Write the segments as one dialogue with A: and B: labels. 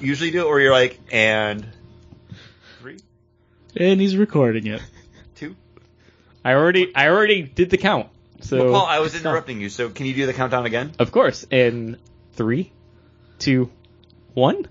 A: usually do it where you're like, and three,
B: and he's recording it.
A: two.
C: I already I already did the count. So
A: Well, Paul, I was interrupting you, so can you do the countdown again?
C: Of course. In three, two, one.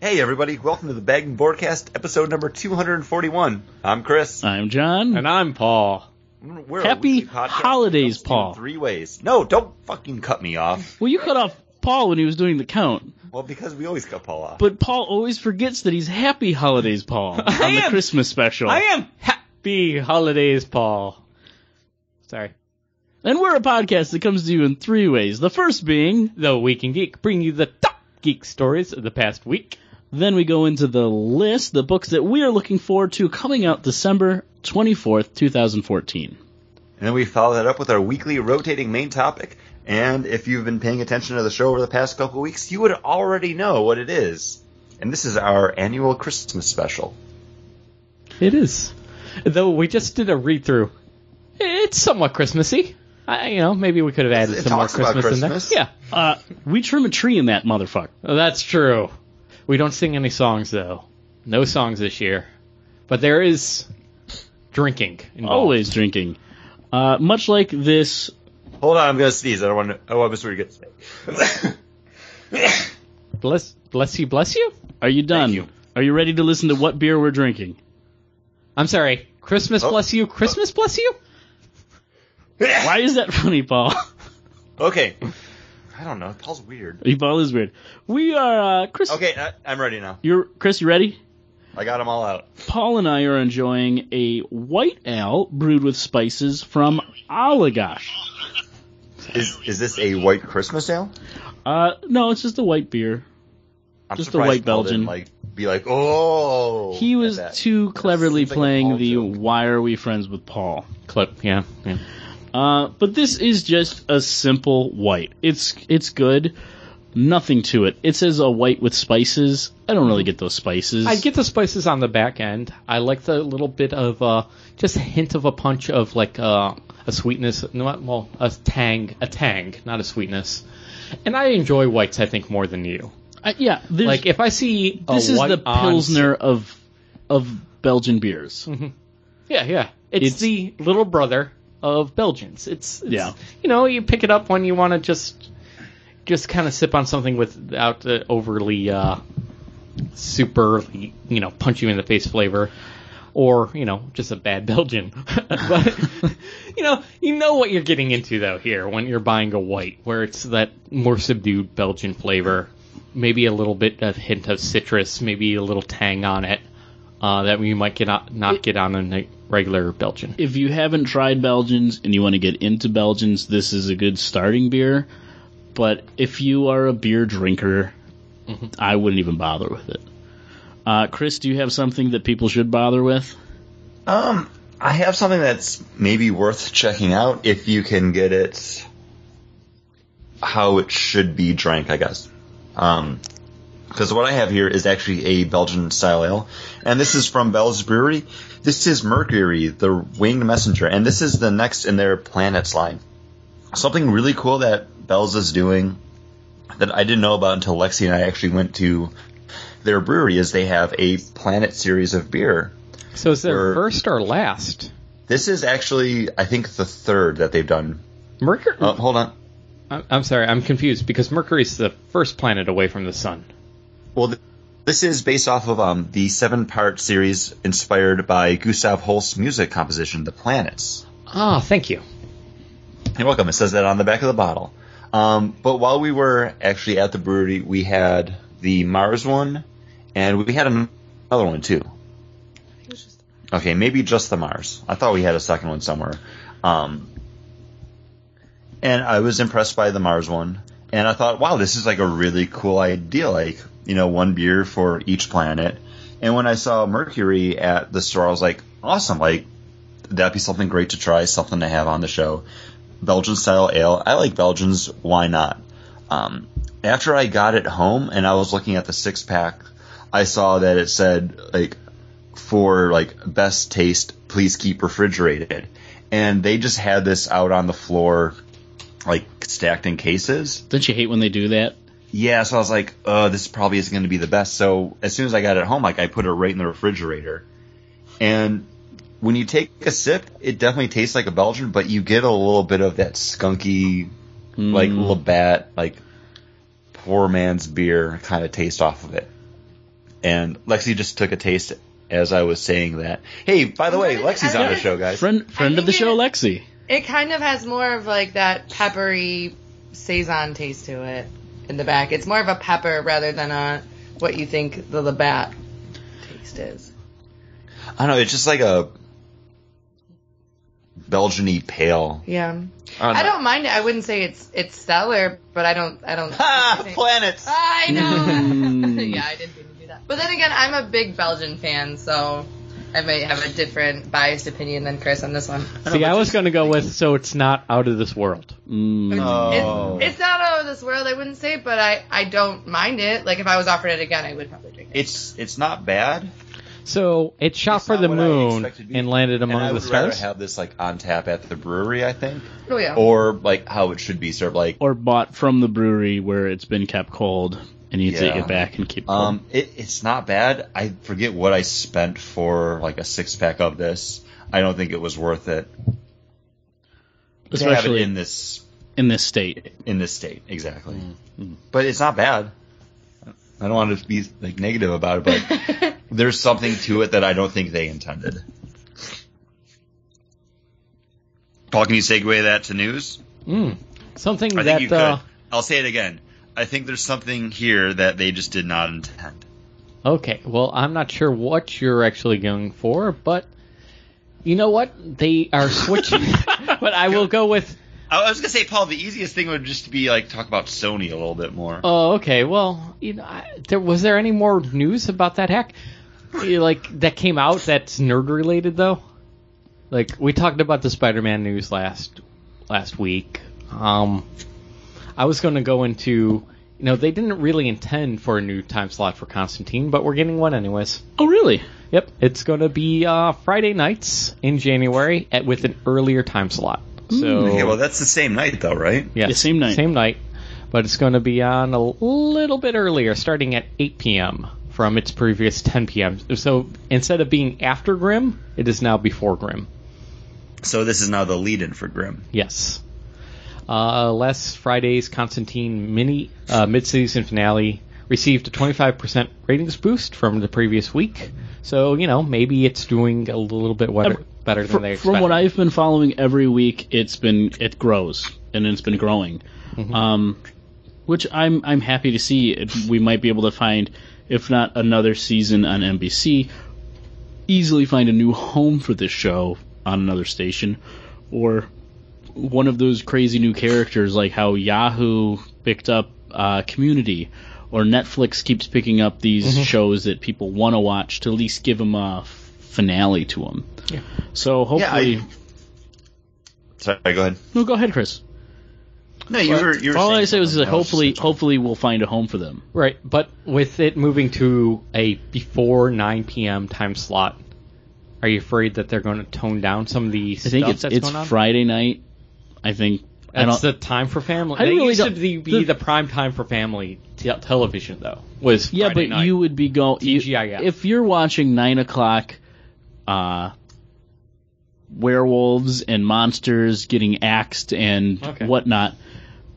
A: Hey, everybody, welcome to the Bagging Broadcast, episode number 241. I'm Chris.
B: I'm
A: Hmm.
B: John.
C: And I'm Paul.
A: We're
B: Uh, Happy
A: weekly podcast
B: holidays,
A: that comes in
B: Paul.
A: Three ways. No, don't fucking cut me off.
B: well, you cut off Paul when he was doing the count,
A: Well, because we always cut Paul off.
B: but Paul always forgets that he's Happy Holidays, Paul, on
C: I
B: the
C: am-
B: Christmas special.
C: I am happy holidays, Paul. Sorry.
B: And we're a podcast that comes to you in three ways. The first being,
C: The Week in Geek, bringing you the top geek stories of the past week.
B: then we go into the list, the books that we are looking forward to coming out December 24th, 2014.
A: And then we follow that up with our weekly rotating main topic. And if you've been paying attention to the show over the past couple weeks, you would already know what it is. And this is our annual Christmas special.
C: It is. Though we just did a read through. It's somewhat Christmassy. I, you know, maybe we could have added
A: It
C: some more
A: talks about
C: Christmas,
A: Christmas.
C: in there.
B: Uh, we trim a tree in that motherfucker.
C: Yeah, Oh, that's true. We don't sing any songs though. No songs this year. But there is drinking involved.
B: Always drinking. Uh, much like this
A: Hold on, I'm going to sneeze. I don't want to. Oh, I'm sorry. Good.
C: Bless, bless you, bless you.
B: Are you done?
A: you.
B: Are you ready to listen to what beer we're drinking?
C: I'm sorry. Christmas
A: Oh.
C: bless you. Christmas bless you.
B: Why is that funny, Paul?
A: Okay. I don't know. Paul's weird.
B: Paul is weird. We are uh, Chris.
A: Okay, I, I'm ready now.
B: You're Chris. You ready?
A: I got them all out.
B: Paul and I are enjoying a white ale brewed with spices from Oligosh.
A: Is is this a white Christmas ale?
B: Uh, no, it's just a white beer.
A: I'm
B: Just a
A: surprised
B: white
A: Paul
B: Belgian.
A: Didn't, like be like, oh.
B: He
A: at
B: was
A: that.
B: too cleverly
A: seems like a Paul
B: playing the
A: joke.
B: "Why are we friends with Paul?"
C: Clip. Yeah. yeah.
B: Uh, but this is just a simple white. It's it's good. Nothing to it. It says a white with spices. I don't really get those spices.
C: I get the spices on the back end. I like the little bit of uh, just a hint of a punch of like uh, a sweetness, no, not- well, a tang, a tang, not a sweetness. And I enjoy whites, I think, more than you.
B: I- yeah. there's-
C: Like if I see a
B: this is
C: white
B: the
C: on-
B: pilsner of of Belgian beers.
C: Mm-hmm. yeah, yeah. It's,
B: It's-
C: the little brother of Belgians. It's, it's
B: Yeah.
C: You know, you pick it up when you want to just just kind of sip on something without the overly uh, super, you know, punch you in the face flavor, or you know, just a bad Belgian. but you know, you know what you're getting into though here when you're buying a white, where it's that more subdued Belgian flavor, maybe a little bit of hint of citrus, maybe a little tang on it. Uh, that you might get not, not get on a n- regular Belgian.
B: If you haven't tried Belgians and you want to get into Belgians, this is a good starting beer. But if you are a beer drinker,
C: Mm-hmm.
B: I wouldn't even bother with it. Uh, Chris, do you have something that people should bother with?
A: Um, I have something that's maybe worth checking out if you can get it how it should be drank, I guess. Um, because what I have here is actually a Belgian style ale, and this is from Bell's Brewery. This is Mercury, the Winged Messenger, and this is the next in their Planets line. Something really cool that Bell's is doing that I didn't know about until Lexi and I actually went to their brewery is they have a Planet series of beer
C: So is there
A: Or-
C: first or last?
A: this is actually, I think, the third that they've done.
C: Mercury.
A: Oh, hold on.
C: I- Uh, I'm sorry, I'm confused because Mercury's the first planet away from the sun.
A: Well, th- this is based off of um, the seven-part series inspired by Gustav Holst's music composition, The Planets.
C: Ah, thank you.
A: You're welcome. It says that on the back of the bottle. Um, but while we were actually at the brewery, we had the Mars one, and we had an- another one too. Okay, maybe just the Mars. I thought we had a second one somewhere. Um, and I was impressed by the Mars one. And I thought, wow, this is like a really cool idea. Like, you know, one beer for each planet. And when I saw Mercury at the store, I was like, awesome. Like, that'd be something great to try, something to have on the show. Belgian style ale. I like Belgians. Why not? Um, after I got it home and I was looking at the six pack, I saw that it said, like, for like best taste, please keep refrigerated. And they just had this out on the floor, like stacked in cases.
B: Don't you hate when they do that?
A: yeah, so I was like, uh, this probably isn't going to be the best. So as soon as I got it home, like I put it right in the refrigerator, and when you take a sip, it definitely tastes like a Belgian, but you get a little bit of that skunky,
B: Mm.
A: like Labatt, like poor man's beer kind of taste off of it. And Lexi just took a taste as I was saying that. Hey, by the way,
D: What?
A: Lexi's
D: I
A: on the
D: don't-
A: show, guys.
B: friend friend of the
D: think
B: show,
D: it-
B: Lexi.
D: It kind of has more of like that peppery saison taste to it in the back. It's more of a pepper rather than a what you think the Labatt taste is.
A: I don't know. It's just like a Belgian-y pale.
D: Yeah.
A: I don't.
D: I don't mind it. I wouldn't say it's it's stellar, but I don't I don't
A: Ah, planets.
D: I know.
B: Mm.
D: yeah, I didn't mean to do that. But then again, I'm a big Belgian fan, so I might have a different biased opinion than Chris on this one.
C: See, I was going to go with so it's not out of this world.
B: Mm.
A: Oh.
D: It's, it's not out of this world, I wouldn't say, but I, I don't mind it. Like, if I was offered it again, I would probably drink it.
A: It's it's not bad.
C: So it shot
A: It's
C: for
A: not
C: the
A: what I
C: moon
A: expected to be.
C: and landed among
A: and I
C: the
A: would
C: stars.
A: rather have this like on tap at the brewery, I think,
D: Oh, yeah.
A: or like how it should be served. Like,
B: Or bought from the brewery where it's been kept cold, and you take
A: Yeah.
B: it back and keep it cold.
A: um, it, it's not bad. I forget what I spent for like a six pack of this. I don't think it was worth it. to have it
B: Especially
A: in this
B: in this state.
A: in this state, exactly.
C: Mm-hmm.
A: But it's not bad. I don't want to be like negative about it, but there's something to it that I don't think they intended. Paul, can you segue that to news?
C: Mm. Something
A: I
C: that
A: think you
C: uh,
A: could. I'll say it again. I think there's something here that they just did not intend.
C: Okay, well, I'm not sure what you're actually going for, but you know what? They are switching. but I will go with.
A: I I was gonna say, Paul, the easiest thing would just be like talk about Sony a little bit more.
C: Oh, okay. Well, you know, I, there was there any more news about that hack? You- Like that came out that's nerd related though. Like we talked about the Spider-Man news last last week. Um, I was going to go into. You know, they didn't really intend for a new time slot for Constantine, but we're getting one anyways.
B: Oh, really?
C: Yep, it's going to be uh, Friday nights in January at, with an earlier time slot. So
A: Okay, well that's the same night though, right?
C: yeah,
B: The same night.
C: same night, but it's going to be on a little bit earlier, starting at 8 p.m. from its previous 10 p.m. So instead of being after Grimm, it is now before Grimm.
A: So this is now the lead-in for Grimm.
C: Yes. Uh, last Friday's Constantine mini uh, mid-season finale received a 25% ratings boost from the previous week. So, you know, maybe it's doing a little bit wetter, better than
B: Fr-
C: they expected.
B: from what I've been following every week, it's been it grows and it's been growing,
C: Mm-hmm.
B: um, which I'm I'm happy to see. If we might be able to find, if not another season on NBC, easily find a new home for this show on another station, or one of those crazy new characters like how Yahoo picked up uh, Community. Or Netflix keeps picking up these
C: Mm-hmm.
B: shows that people want to watch to at least give them a finale to them. So hopefully,
A: Yeah, I- Sorry, go ahead.
B: no, go ahead, Chris.
A: No, you were. You were
B: All
A: saying
B: I say was
A: something.
B: that
A: I was
B: hopefully,
A: just-
B: hopefully we'll find a home for them.
C: Right, but with it moving to a before 9 p.m. time slot, are you afraid that they're going to tone down some of the
B: I think
C: stuff
B: it's
C: that's
B: it's
C: going on?
B: Friday night. I think I
C: that's
B: don't.
C: the time for family.
B: I
C: That
B: really
C: used to
B: don't-
C: be, be
B: the-
C: the, prime time for family te- television, though. Was
B: yeah,
C: Friday
B: but
C: night.
B: you would be going
C: TGIF.
B: if you're watching nine o'clock. Uh, werewolves and monsters getting axed and
C: Okay.
B: whatnot.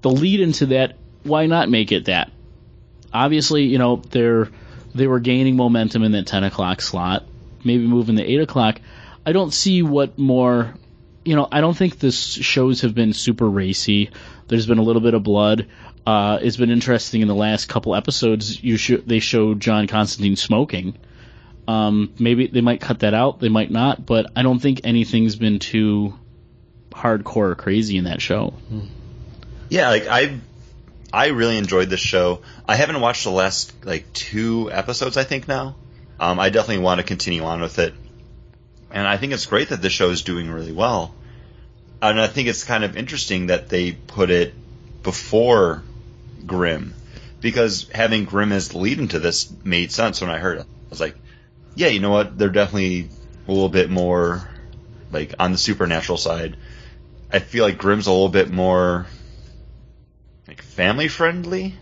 B: The lead into that, why not make it that? Obviously, you know they're they were gaining momentum in that ten o'clock slot. Maybe moving to eight o'clock. I don't see what more. You know, I don't think the s- shows have been super racy. There's been a little bit of blood. Uh, it's been interesting in the last couple episodes. You sho- they showed John Constantine smoking. Um, maybe they might cut that out. They might not, but I don't think anything's been too hardcore or crazy in that show.
A: Yeah, like I, I really enjoyed this show. I haven't watched the last like two episodes. I think now. Um, I definitely want to continue on with it, and I think it's great that this show is doing really well. And I think it's kind of interesting that they put it before Grimm, because having Grimm as the lead into this made sense when I heard it. I was like, yeah, you know what? They're definitely a little bit more like on the supernatural side. I feel like Grimm's a little bit more like family friendly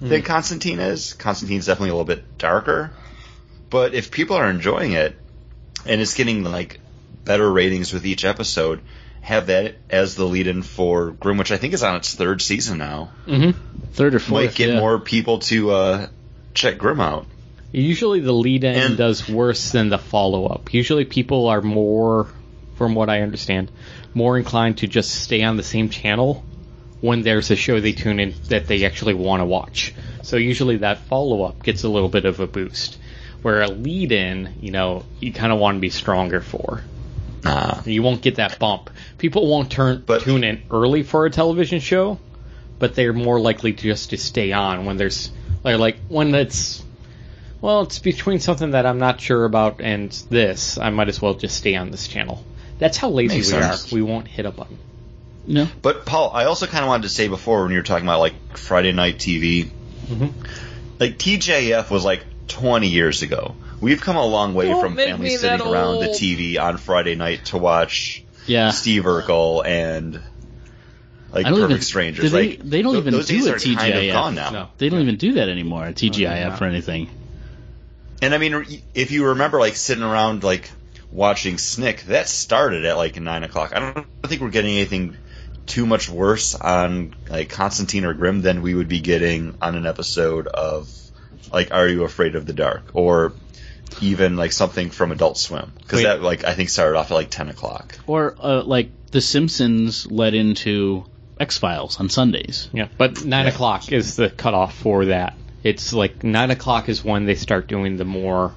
A: than Constantine is. Constantine's definitely a little bit darker. But if people are enjoying it and it's getting like better ratings with each episode, have that as the lead in for Grimm, which I think is on its third season now.
C: Mm-hmm.
B: Third or fourth.
A: Might get
B: yeah.
A: more people to uh, check Grimm out.
C: Usually the lead in
A: And-
C: does worse than the follow up. Usually people are more, from what I understand, more inclined to just stay on the same channel when there's a show they tune in that they actually want to watch. So usually that follow up gets a little bit of a boost. Where a lead in, you know, you kind of want to be stronger for.
A: Uh,
C: You won't get that bump. People won't turn
A: But-
C: tune in early for a television show, but they're more likely to just to stay on when there's like like when it's well, it's between something that I'm not sure about and this. I might as well just stay on this channel. That's how lazy
A: Makes
C: we
A: sense.
C: are. We won't hit a button.
B: No.
A: But Paul, I also kind of wanted to say before when you were talking about like Friday night TV,
C: Mhm.
A: Mm-hmm. like TJF was like 20 years ago. We've come a long way
D: Don't
A: from
D: make
A: families
D: me
A: sitting
D: that
A: around the
D: old.
A: TV on Friday night to watch
B: Yeah.
A: Steve Urkel and like
B: Ah. I don't
A: Perfect
B: even-
A: Strangers.
B: do they-
A: like
B: they don't
A: tho-
B: even
A: those
B: do
A: days
B: a
A: are kind of
B: TJF.
A: gone now.
C: No.
B: They don't even do that anymore at TGIF or anything.
A: And I mean, re- if you remember, like sitting around like watching Snick, that started at like nine o'clock. I don't think we're getting anything too much worse on like Constantine or Grimm than we would be getting on an episode of like Are You Afraid of the Dark or even like something from Adult Swim because
C: Wait.
A: that like I think started off at like ten o'clock.
B: Or uh, like The Simpsons led into X Files on Sundays.
C: Yeah, but nine o'clock is the cutoff for that. It's like nine o'clock is when they start doing the more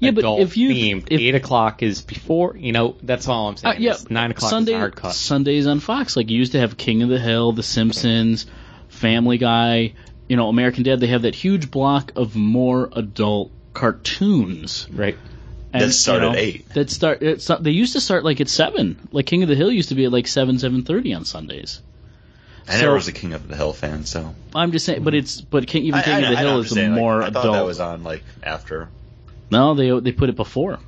B: Yeah, but
C: adult
B: if you-
C: themed.
B: if-
C: Eight o'clock is before. You know, that's all I'm
B: Uh,
C: saying. is nine o'clock
B: Sunday,
C: is the hard cut.
B: Sundays on Fox. Like you used to have King of the Hill, The Simpsons, Family Guy, you know, American Dad. They have that huge block of more adult cartoons.
C: right.
B: And,
A: That start
B: you know,
A: at eight.
B: That start. It, sta- they used to start like at seven. Like King of the Hill used to be at like seven, seven thirty on Sundays.
A: I never
B: So-
A: was a King of the Hill fan, so
B: I'm just saying, but it's but King, even
A: Mm-hmm. I,
B: King
A: I-
B: of the
A: I know,
B: Hill
A: I'm
B: is
A: just
B: a
A: saying, like,
B: more
A: I thought
B: adult.
A: that was on like after.
B: No, they they put it before.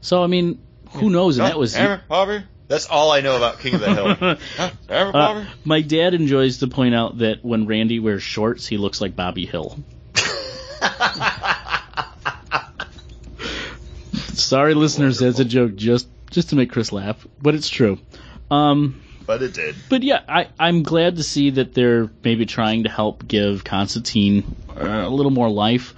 B: So I mean, who knows? And that was
A: Aaron Bobby. That's all I know about King of the Hill. Huh? Aaron Bobby?
B: uh, my dad enjoys to point out that when Randy wears shorts, he looks like Bobby Hill. Sorry, listeners, that's a joke just just to make Chris laugh, but it's true. Um,
A: but it did.
B: but yeah, I, I'm glad to see that they're maybe trying to help give Constantine uh, a little more life,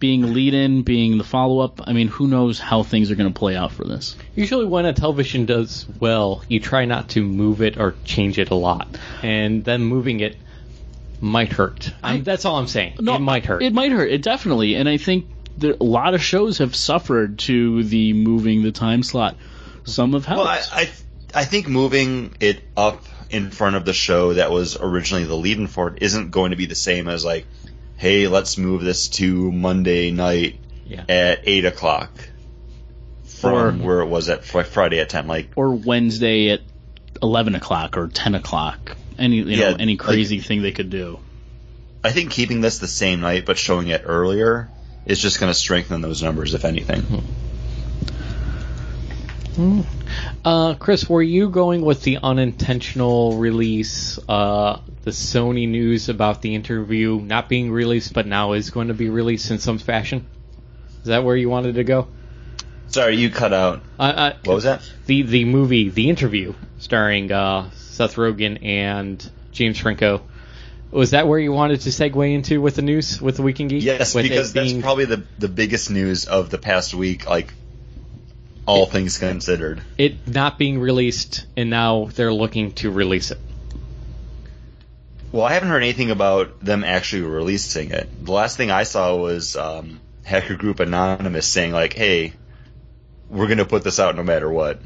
B: being a lead-in, being the follow-up. I mean, who knows how things are going to play out for this?
C: Usually, when a television does well, you try not to move it or change it a lot, and then moving it might hurt. I'm, that's all I'm saying. it might hurt.
B: It might hurt. It definitely. And I think there, a lot of shows have suffered to the moving the time slot. Some have helped.
A: Well, I, I I think moving it up in front of the show that was originally the lead-in for it isn't going to be the same as like, hey, let's move this to Monday night
C: yeah.
A: at eight o'clock from
B: Or-
A: where it was at fr- Friday at ten. Like,
B: or Wednesday at eleven o'clock or ten o'clock. Any you know
A: Yeah,
B: any
A: like-
B: crazy thing they could do.
A: I think keeping this the same night but showing it earlier is just going to strengthen those numbers, if anything.
C: Uh, Chris, were you going with the unintentional release, uh, the Sony news about the interview not being released, but now is going to be released in some fashion? Is that where you wanted to go?
A: Sorry, you cut out.
C: Uh, uh,
A: What was that?
C: the the movie, the interview, starring uh, Seth Rogen and James Franco. Was that where you wanted to segue into with the news with the Weekend Geek?
A: Yes,
C: With it
A: because that's
C: being-
A: probably the the biggest news of the past week. Like, all things considered.
C: it not being released, and now they're looking to release it.
A: Well, I haven't heard anything about them actually releasing it. The last thing I saw was um, Hacker Group Anonymous saying like, "Hey, we're going to put this out no matter what,"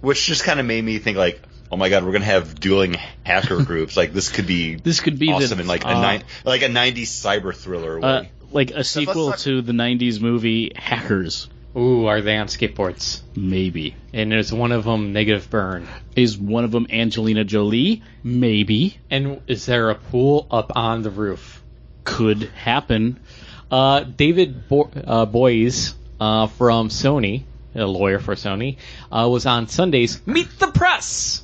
A: which just kind of made me think like, "Oh my god, we're going to have dueling hacker groups. Like this could be
B: This could be
A: awesome
B: the,
A: in like a
B: uh,
A: nine, like a '90s cyber thriller way."
B: uh, like a sequel
A: talk-
B: to the '90s movie Hackers.
C: Ooh, are they on skateboards?
B: Maybe
C: And there's one of them negative burn.
B: is one of them Angelina Jolie. Maybe
C: And is there a pool up on the roof?
B: could happen.
C: Uh, David Bo- uh, Boyes uh, from Sony, a lawyer for Sony, uh, was on Sunday's Meet the Press.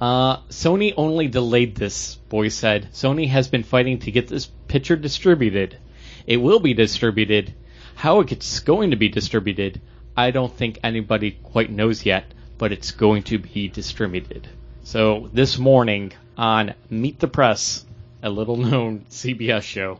C: Uh, Sony only delayed this, Boy said. Sony has been fighting to get this picture distributed. It will be distributed. How it's going to be distributed, I don't think anybody quite knows yet, but it's going to be distributed. So this morning on Meet the Press, a little known CBS show,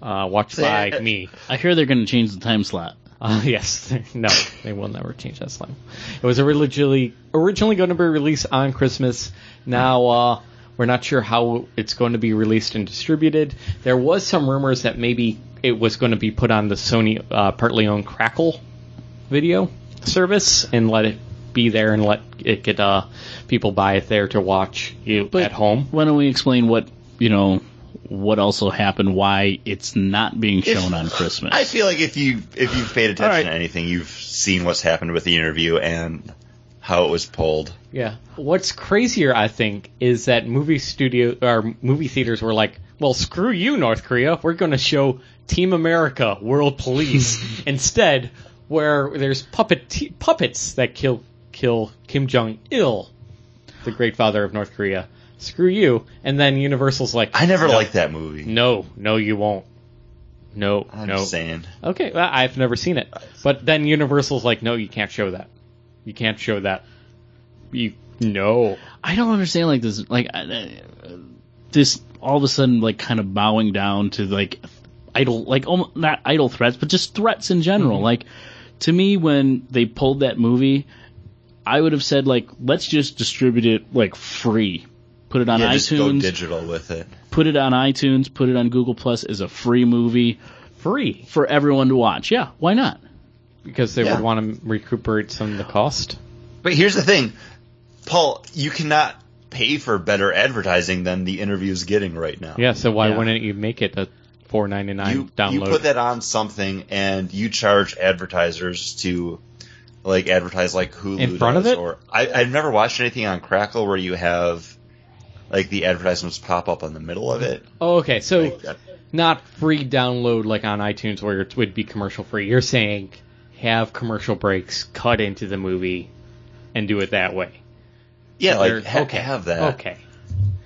C: uh, watched by me.
B: I hear they're going to change the time slot.
C: Uh, yes, no, they will never change that slang. It was originally originally going to be released on Christmas. Now uh, we're not sure how it's going to be released and distributed. There was some rumors that maybe it was going to be put on the Sony uh, partly owned Crackle video service and let it be there and let it get uh, people buy it there to watch you
B: But-
C: at home.
B: Why don't we explain what you know? What also happened? Why it's not being shown on Christmas?
A: I feel like if you if you've paid attention
C: right.
A: to anything, you've seen what's happened with the interview and how it was pulled.
C: Yeah. What's crazier, I think, is that movie studio or movie theaters were like, "Well, screw you, North Korea. We're going to show Team America, World Police instead, where there's puppet puppets that kill kill Kim Jong Il, the great father of North Korea. Screw you." And then Universal's like,
A: I never
C: no,
A: liked that movie.
C: No, no, you won't. No,
A: I'm
C: no.
A: just saying.
C: Okay, well, I've never seen it. But then Universal's like, no, you can't show that. You can't show that. You no.
B: I don't understand like this like I- I- this all of a sudden like kind of bowing down to like idle like almost, not idle threats but just threats in general like to me when they pulled that movie I would have said like let's just distribute it like free put it on
A: Yeah, just go
B: iTunes
A: digital with it.
B: put it on iTunes put it on Google Plus as a free movie
C: Free
B: for everyone to watch yeah why not
C: because they
A: Yeah.
C: would want to recuperate some of the cost.
A: But here's the thing, Paul. You cannot pay for better advertising than the interview's getting right now.
C: Yeah, so why
B: Yeah.
C: wouldn't you make it a four ninety
A: you,
C: nine
A: you
C: download?
A: put that on something and you charge advertisers to like advertise like Hulu
C: In front of
A: does,
C: it?
A: Or I, I've never watched anything on Crackle where you have like the advertisements pop up in the middle of it.
C: oh, okay, so
A: Like that-
C: not free download like on iTunes where it would be commercial free. You're saying have commercial breaks, cut into the movie, and do it that way.
A: yeah,
C: They're-
A: like ha- have that
C: Okay.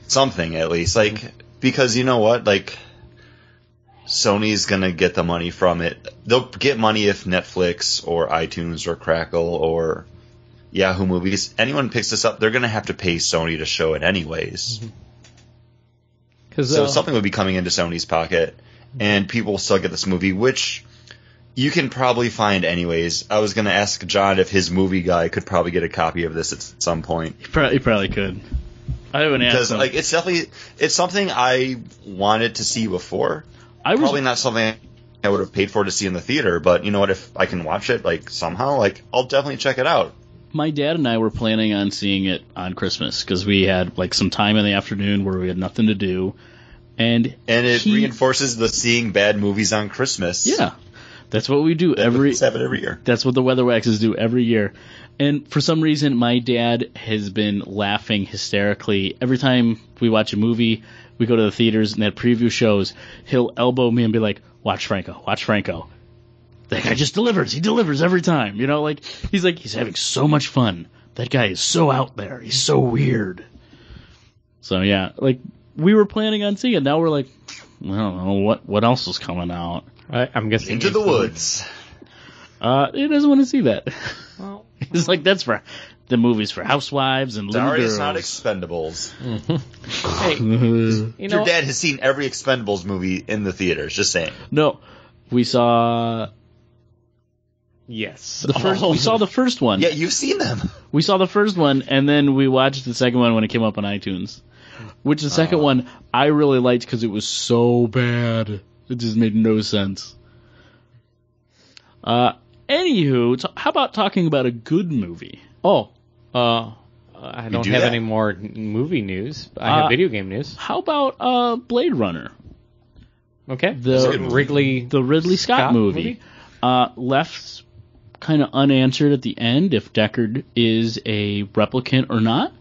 A: something at least. Like because you know what, like Sony's gonna get the money from it. They'll get money if Netflix or iTunes or Crackle or Yahoo Movies anyone picks this up. They're gonna have to pay Sony to show it anyways.
C: Mm-hmm. Because
A: So something would be coming into Sony's pocket, and people will still get this movie, which you can probably find anyways. I was going to ask John if his movie guy could probably get a copy of this at s- some point
B: you probably, you probably could I haven't asked
A: because
B: them.
A: like it's definitely it's something I wanted to see before.
B: I was
A: Probably not something I would have paid for to see in the theater, but you know what? If I can watch it like somehow, like I'll definitely check it out.
B: my dad and I were planning on seeing it on Christmas because we had like some time in the afternoon where we had nothing to do, and
A: And it
B: He-
A: reinforces the seeing bad movies on Christmas.
B: yeah, that's what we do every.
A: It's happened every year.
B: That's what the weather waxes do every year, and for some reason my dad has been laughing hysterically every time we watch a movie. We go to the theaters and that preview shows. He'll elbow me and be like, "Watch Franco, watch Franco." That guy just delivers. He delivers every time. You know, like he's like he's having so much fun. That guy is so out there. He's so weird. So yeah, like we were planning on seeing it. Now we're like, I don't know what what else is coming out.
C: I, I'm guessing
A: Into the woods.
B: Uh, he doesn't want to see that.
C: Well,
B: It's like that's for the movies for housewives and little
A: Sorry,
B: girls.
A: it's not Expendables.
C: hey, you know,
A: Your dad has seen every Expendables movie in the theaters. Just saying.
B: no, we saw
C: yes,
B: the
C: Oh.
B: first. we saw the first one.
A: Yeah, you've seen them.
B: We saw the first one, and then we watched the second one when it came up on iTunes. Which the second one I really liked because it was so bad. It just made no sense. Uh, anywho, t- how about talking about a good movie?
C: Oh, uh, I don't
A: do
C: have
A: that?
C: any more n- movie news. I
B: Uh,
C: have video game news.
B: How about uh, Blade Runner,
C: Okay,
B: the-
A: good movie.
C: Wrigley.
B: the Ridley Scott,
C: Scott
B: movie,
C: movie?
B: Uh, left kind of unanswered at the end if Deckard is a replicant or not.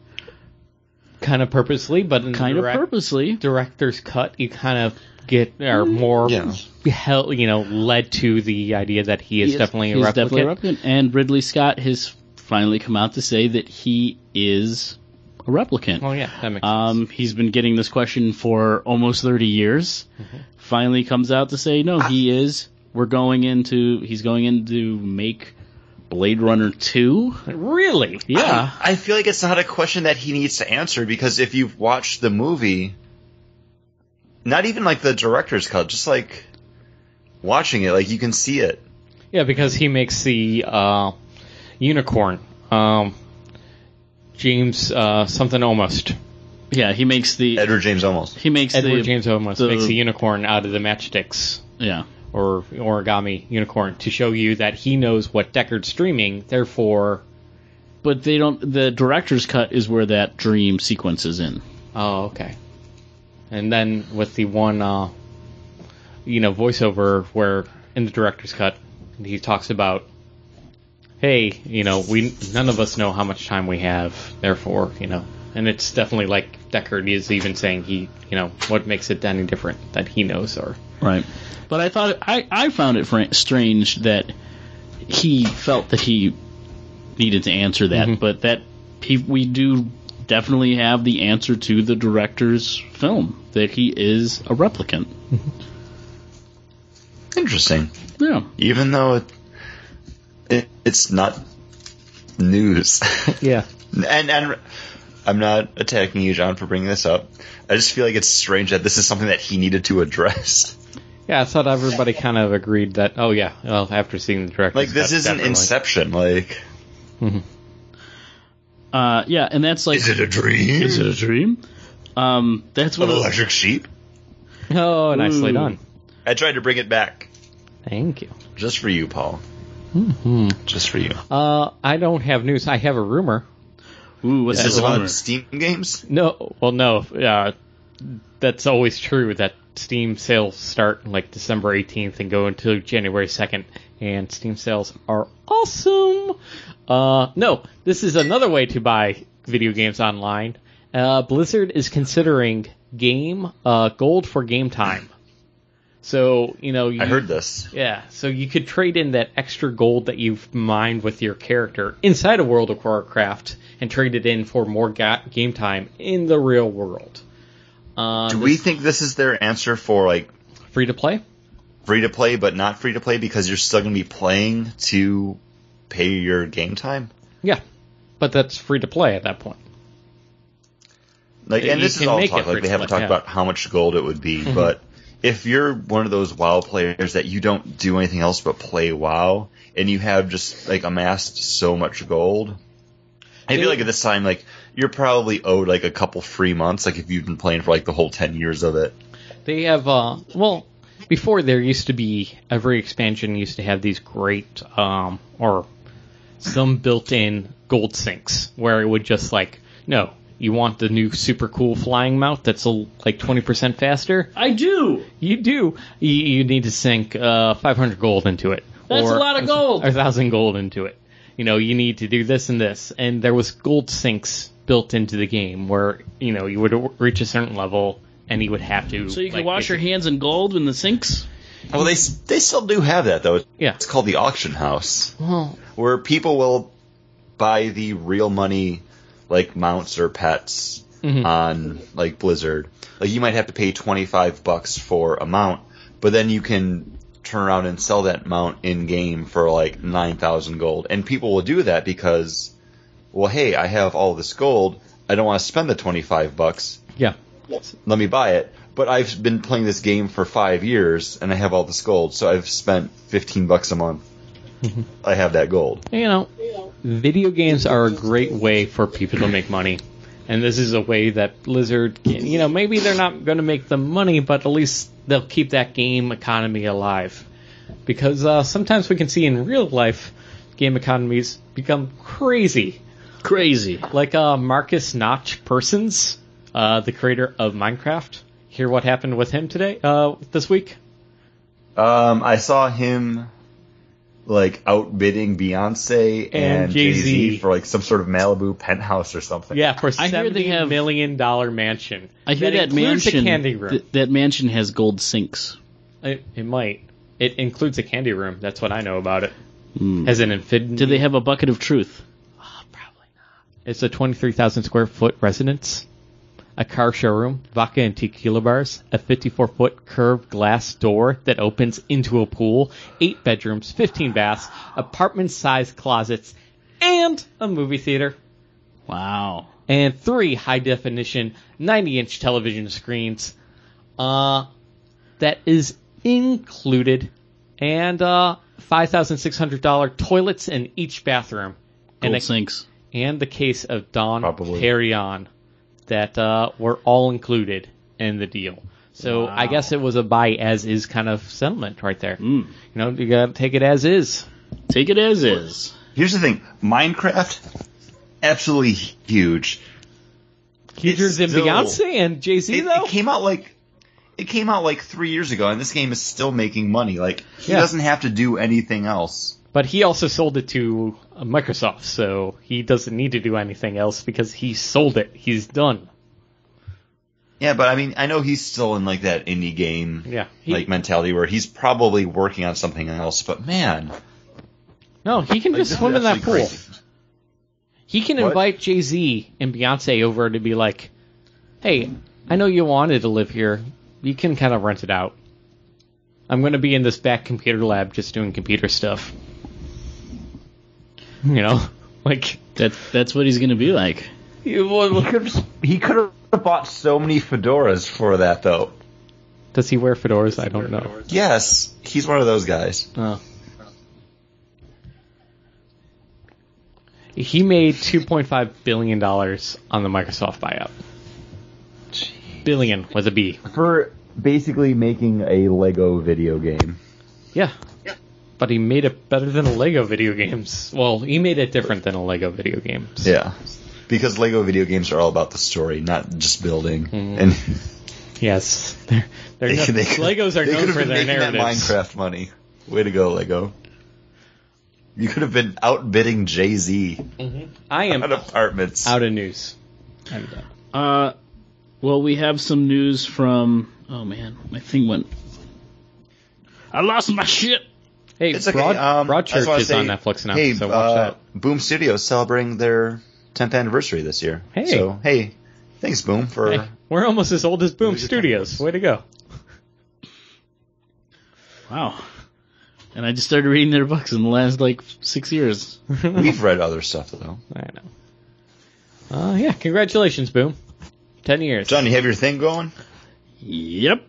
C: kind of purposely, but in the
B: Kind of
C: direct-
B: purposely.
C: director's cut, you kind of get or
B: Mm-hmm.
C: more
A: Yeah.
C: hel- you know led to the idea that he is,
B: He is-
C: definitely a
B: he's
C: replicant.
B: definitely a replicant. And Ridley Scott has finally come out to say that he is a replicant.
C: Well, yeah, that makes sense.
B: Um, he's been getting this question for almost 30 years.
C: Mm-hmm.
B: Finally comes out to say,
C: Ah.
B: no, he is. We're going into, he's going in to make Blade Runner 2.
C: Really?
B: Yeah.
A: I, I feel like it's not a question that he needs to answer because if you've watched the movie, not even like the director's cut, just like watching it, like you can see it.
C: Yeah, because he makes the uh, unicorn. Um, James uh, something almost.
B: Yeah, he makes the,
A: Edward James almost.
B: he makes
C: Edward
B: the,
C: James almost
B: the-
C: makes a unicorn out of the matchsticks
B: yeah.
C: or origami unicorn to show you that he knows what Deckard's dreaming. Therefore,
B: But they don't, the director's cut is where that dream sequence is in.
C: oh okay. And then with the one, uh, you know, voiceover where in the director's cut he talks about, hey, you know, we none of us know how much time we have. Therefore, you know, and it's definitely like Deckard is even saying he, you know, what makes it any different that he knows or.
B: Right. But I thought I, I found it fran- strange that he felt that he needed to answer that, but that he, we do definitely have the answer to the director's film that he is a replicant.
A: Interesting.
B: Yeah.
A: Even though it, it it's not news.
C: Yeah.
A: and and I'm not attacking you, John, for bringing this up. I just feel like it's strange that this is something that he needed to address.
C: Yeah, I thought everybody kind of agreed that. Oh yeah, well after seeing the director,
A: Like this isn't Inception. Like,
B: Uh, yeah, and that's like
A: is it a dream?
B: Is it a dream? Um, that's
A: Of
B: one of the,
A: electric sheep?
C: Oh, nicely
B: Ooh.
C: done.
A: I tried to bring it back
C: Thank you.
A: just for you, Paul. Just for you.
C: Uh, I don't have news. I have a rumor.
B: ooh, what's
A: Is this
B: that
A: about
B: rumor?
A: Steam games?
C: No, well, no. Uh, that's always true. That Steam sales start like December eighteenth and go until January second, and Steam sales are awesome. Uh, no, this is another way to buy video games online. Uh, Blizzard is considering game uh, gold for game time. So you know, you,
A: I heard this.
C: Yeah, so you could trade in that extra gold that you've mined with your character inside of World of Warcraft and trade it in for more ga- game time in the real world. Uh,
A: Do we think this is their answer for like
C: free to play?
A: free to play, but not free to play because you're still going to be playing to pay your game time?
C: Yeah, but that's free to play at that point.
A: Like,
C: Yeah,
A: and
C: you
A: this is
C: can
A: all
C: make
A: talk.
C: it
A: Like, they haven't
C: free-to-play,
A: talked
C: yeah.
A: about how much gold it would be, but if you're one of those WoW players that you don't do anything else but play WoW, and you have just like amassed so much gold, I feel like at this time, like you're probably owed like a couple free months, like if you've been playing for like the whole ten years of it.
C: They have uh well before there used to be every expansion used to have these great um or some built-in gold sinks where it would just like no you want the new super cool flying mount that's a, like 20% faster
B: I do.
C: you do you, you need to sink uh 500 gold into it
B: That's a lot of gold.
C: or 1000 gold into it you know you need to do this and this and there was gold sinks built into the game where you know you would reach a certain level and you would have to
B: So you can
C: like,
B: wash your
C: basically-
B: hands in gold in the sinks.
A: Well, they s- they still do have that though.
C: Yeah.
A: It's called the auction house,
C: Well,
A: where people will buy the real money, like mounts or pets
C: Hmm. Mm-hmm.
A: on like Blizzard. Like you might have to pay twenty five bucks for a mount, but then you can turn around and sell that mount in game for like nine thousand gold, and people will do that because, well, hey, I have all this gold. I don't want to spend the twenty five bucks
C: yeah.
A: let me buy it. But I've been playing this game for five years and I have all this gold, so I've spent fifteen bucks a month. I have that gold.
C: You know, video games are a great way for people to make money. And this is a way that Blizzard, can, you know, maybe they're not going to make the money, but at least they'll keep that game economy alive. Because uh, sometimes we can see in real life, game economies become crazy.
B: Crazy.
C: Like uh, Marcus Notch Persons, uh, the creator of Minecraft. Hear what happened with him today, uh, this week?
A: Um, I saw him like outbidding Beyonce and,
C: And
A: Jay
C: Jay-Z.
A: Z for like some sort of Malibu penthouse or something.
C: Yeah, for
B: I hear they
C: seventy
B: have-
C: million dollar mansion.
B: I hear that,
C: includes
B: mansion.
C: A candy room.
B: th- that mansion has gold sinks.
C: It, it might. It includes a candy room. Hmm. That's what I know about it. As an infinity.
B: Mm. Do they have a bucket of truth?
C: Probably not. It's a 23,000 square foot residence, a car showroom, vodka and tequila bars, a 54 foot curved glass door that opens into a pool, eight bedrooms, 15 baths, apartment sized closets, and a movie theater,
B: Wow.
C: and three high definition 90 inch television screens. Uh, that is included, and uh, $5,600 toilets in each bathroom.
B: Gold
C: and a
B: sinks.
C: and the case of Don
A: Probably.
C: Carrion that uh, were all included in the deal. So I
B: Wow.
C: guess it was a buy as is kind of settlement right there.
B: Mm.
C: You know, you gotta take it as is.
B: Take it as is.
A: Here's the thing Minecraft, absolutely huge.
C: Huger
A: It's
C: than
A: still-
C: Beyonce and Jay Z
A: It,
C: though.
A: it came out like. It came out like three years ago, and this game is still making money. Like he
C: Yeah.
A: doesn't have to do anything else.
C: but he also sold it to uh, Microsoft, so he doesn't need to do anything else because he sold it. He's done.
A: Yeah, but I mean, I know he's still in like that indie game
C: Yeah. He,
A: like mentality where he's probably working on something else. But man,
C: no, he can
A: like, this
C: just
A: is
C: swim in that pool.
A: absolutely crazy.
C: He can
A: What?
C: invite Jay Z and Beyonce over to be like, "Hey, I know you wanted to live here. You can kind of rent it out. I'm going to be in this back computer lab just doing computer stuff. You
A: Hmm.
C: know, like
B: That that's what he's gonna be like.
C: you
A: He could he could have bought so many fedoras for that though.
C: Does he wear fedoras? I don't know.
A: Yes, he's one of those guys.
C: Oh. He made 2.5 billion dollars on the Microsoft buyout. Billion with a B.
A: For basically making a Lego video game.
C: Yeah. But he made it better than Lego video games. Well, he made it different than Lego video games.
A: Yeah. Because Lego video games are all about the story, not just building. And
C: Yes. They're, they're
A: Mm-hmm. they,
C: no-
A: they could-
C: Legos are
A: they
C: known
A: could have
C: for
A: been
C: their
A: making that
C: narratives.
A: Minecraft money. Way to go, Lego. You could have been outbidding Jay Z
C: I am
A: on apartments.
C: out of news.
B: Uh, well, we have some news from. Oh man, my thing went. I lost my shit.
C: Hey,
A: It's okay.
C: Broad,
A: um, I just
C: Broadchurch
A: wanna
C: is
A: say,
C: on Netflix now,
A: Hey,
C: so watch
A: uh,
C: that.
A: Boom Studios celebrating their 10th anniversary this year.
C: Hey.
A: So, hey, thanks, Boom, for.
C: Hey, we're almost as old as Boom
A: These are
C: Studios. Way to go.
B: Wow. And I just started reading their books in the last like six years.
A: We've read other stuff, though.
C: I know. Uh, yeah, congratulations, Boom. Ten years.
A: John, you have your thing going?
B: Yep,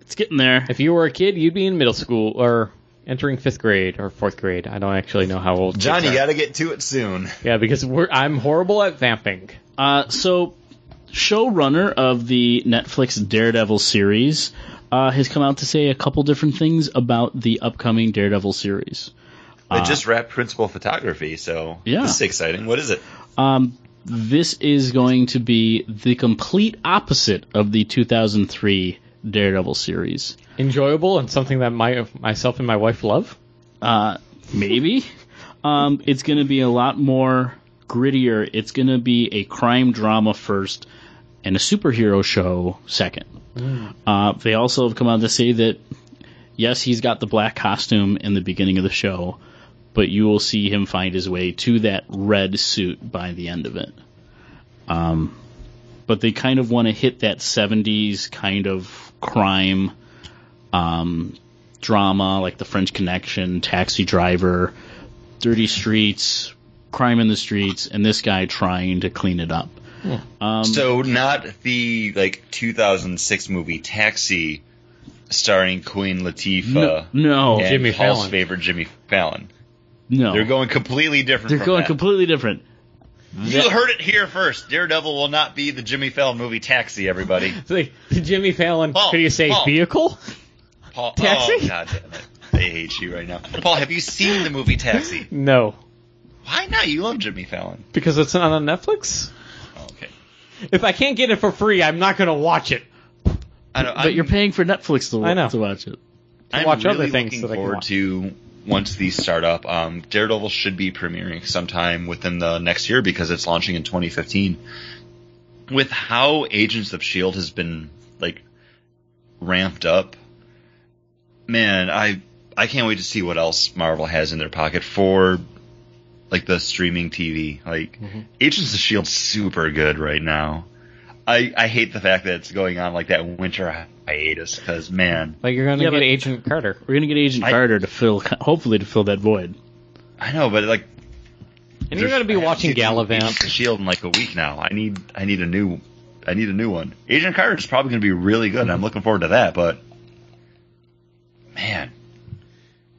B: it's getting there.
C: If you were a kid, you'd be in middle school or entering fifth grade or fourth grade. I don't actually know how old.
A: John,
C: kids
A: you
C: are.
A: got to get to it soon.
C: Yeah, because we're, I'm horrible at vamping.
B: Uh, so, showrunner of the Netflix Daredevil series uh, has come out to say a couple different things about the upcoming Daredevil series.
A: I
C: Uh,
A: just wrapped Principal Photography, so
B: Yeah.
A: this is exciting. What is it?
B: Um, this is going to be the complete opposite of the 2003 Daredevil series.
C: Enjoyable and something that my myself and my wife love.
B: Uh, maybe. um, it's going to be a lot more grittier. It's going to be a crime drama first and a superhero show second. Uh, they also have come out to say that, yes, he's got the black costume in the beginning of the show, but you will see him find his way to that red suit by the end of it. Um, but they kind of want to hit that 70s kind of crime drama like The French Connection, Taxi Driver, Dirty Streets, Crime in the Streets, and this guy trying to clean it up.
C: Um,
A: so, not the like 2006 movie Taxi starring Queen Latifah.
B: No,
A: and
C: Jimmy
A: Paul's
C: Fallon.
A: favorite Jimmy Fallon.
B: no,
A: They're going completely different.
B: They're
A: from
B: going
A: that.
B: completely different.
A: You heard it here first. Daredevil will not be the Jimmy Fallon movie Taxi, everybody.
C: It's like the Jimmy Fallon.
A: Paul,
C: could you say
A: Paul.
C: vehicle?
A: Paul,
C: Taxi?
A: Oh, God damn it. I hate you right now. Paul, have you seen the movie Taxi?
C: No,
A: Why not? You love Jimmy Fallon.
C: because it's not on Netflix.
A: Oh, okay.
C: If I can't get it for free, I'm not gonna watch it.
A: I don't,
B: But
A: I'm,
B: you're paying for Netflix to,
C: I know.
B: to watch it.
A: I'm
C: watch
A: really
C: other things
A: looking
C: that I can
A: forward
C: watch.
A: to once these start up. Um, Daredevil should be premiering sometime within the next year because it's launching in 2015. With how Agents of Shield E has been like ramped up, man, I I can't wait to see what else Marvel has in their pocket for like the streaming TV. Like
C: Mm-hmm.
A: Agents of Shield, super good right now. I I hate the fact that it's going on like that winter hiatus because man,
C: Like you're gonna
B: Yeah,
C: get
B: but-
C: Agent Carter.
B: We're gonna get Agent
A: I-
B: Carter to fill, hopefully, to fill that void.
A: I know, but like
C: And you're gonna be
A: I haven't
C: watching
A: seen Agents
C: Gallivant.
A: of Shield in like a week now. I need I need a new I need a new one. Agent Carter is probably going to be really good. and I'm looking forward to that. But man,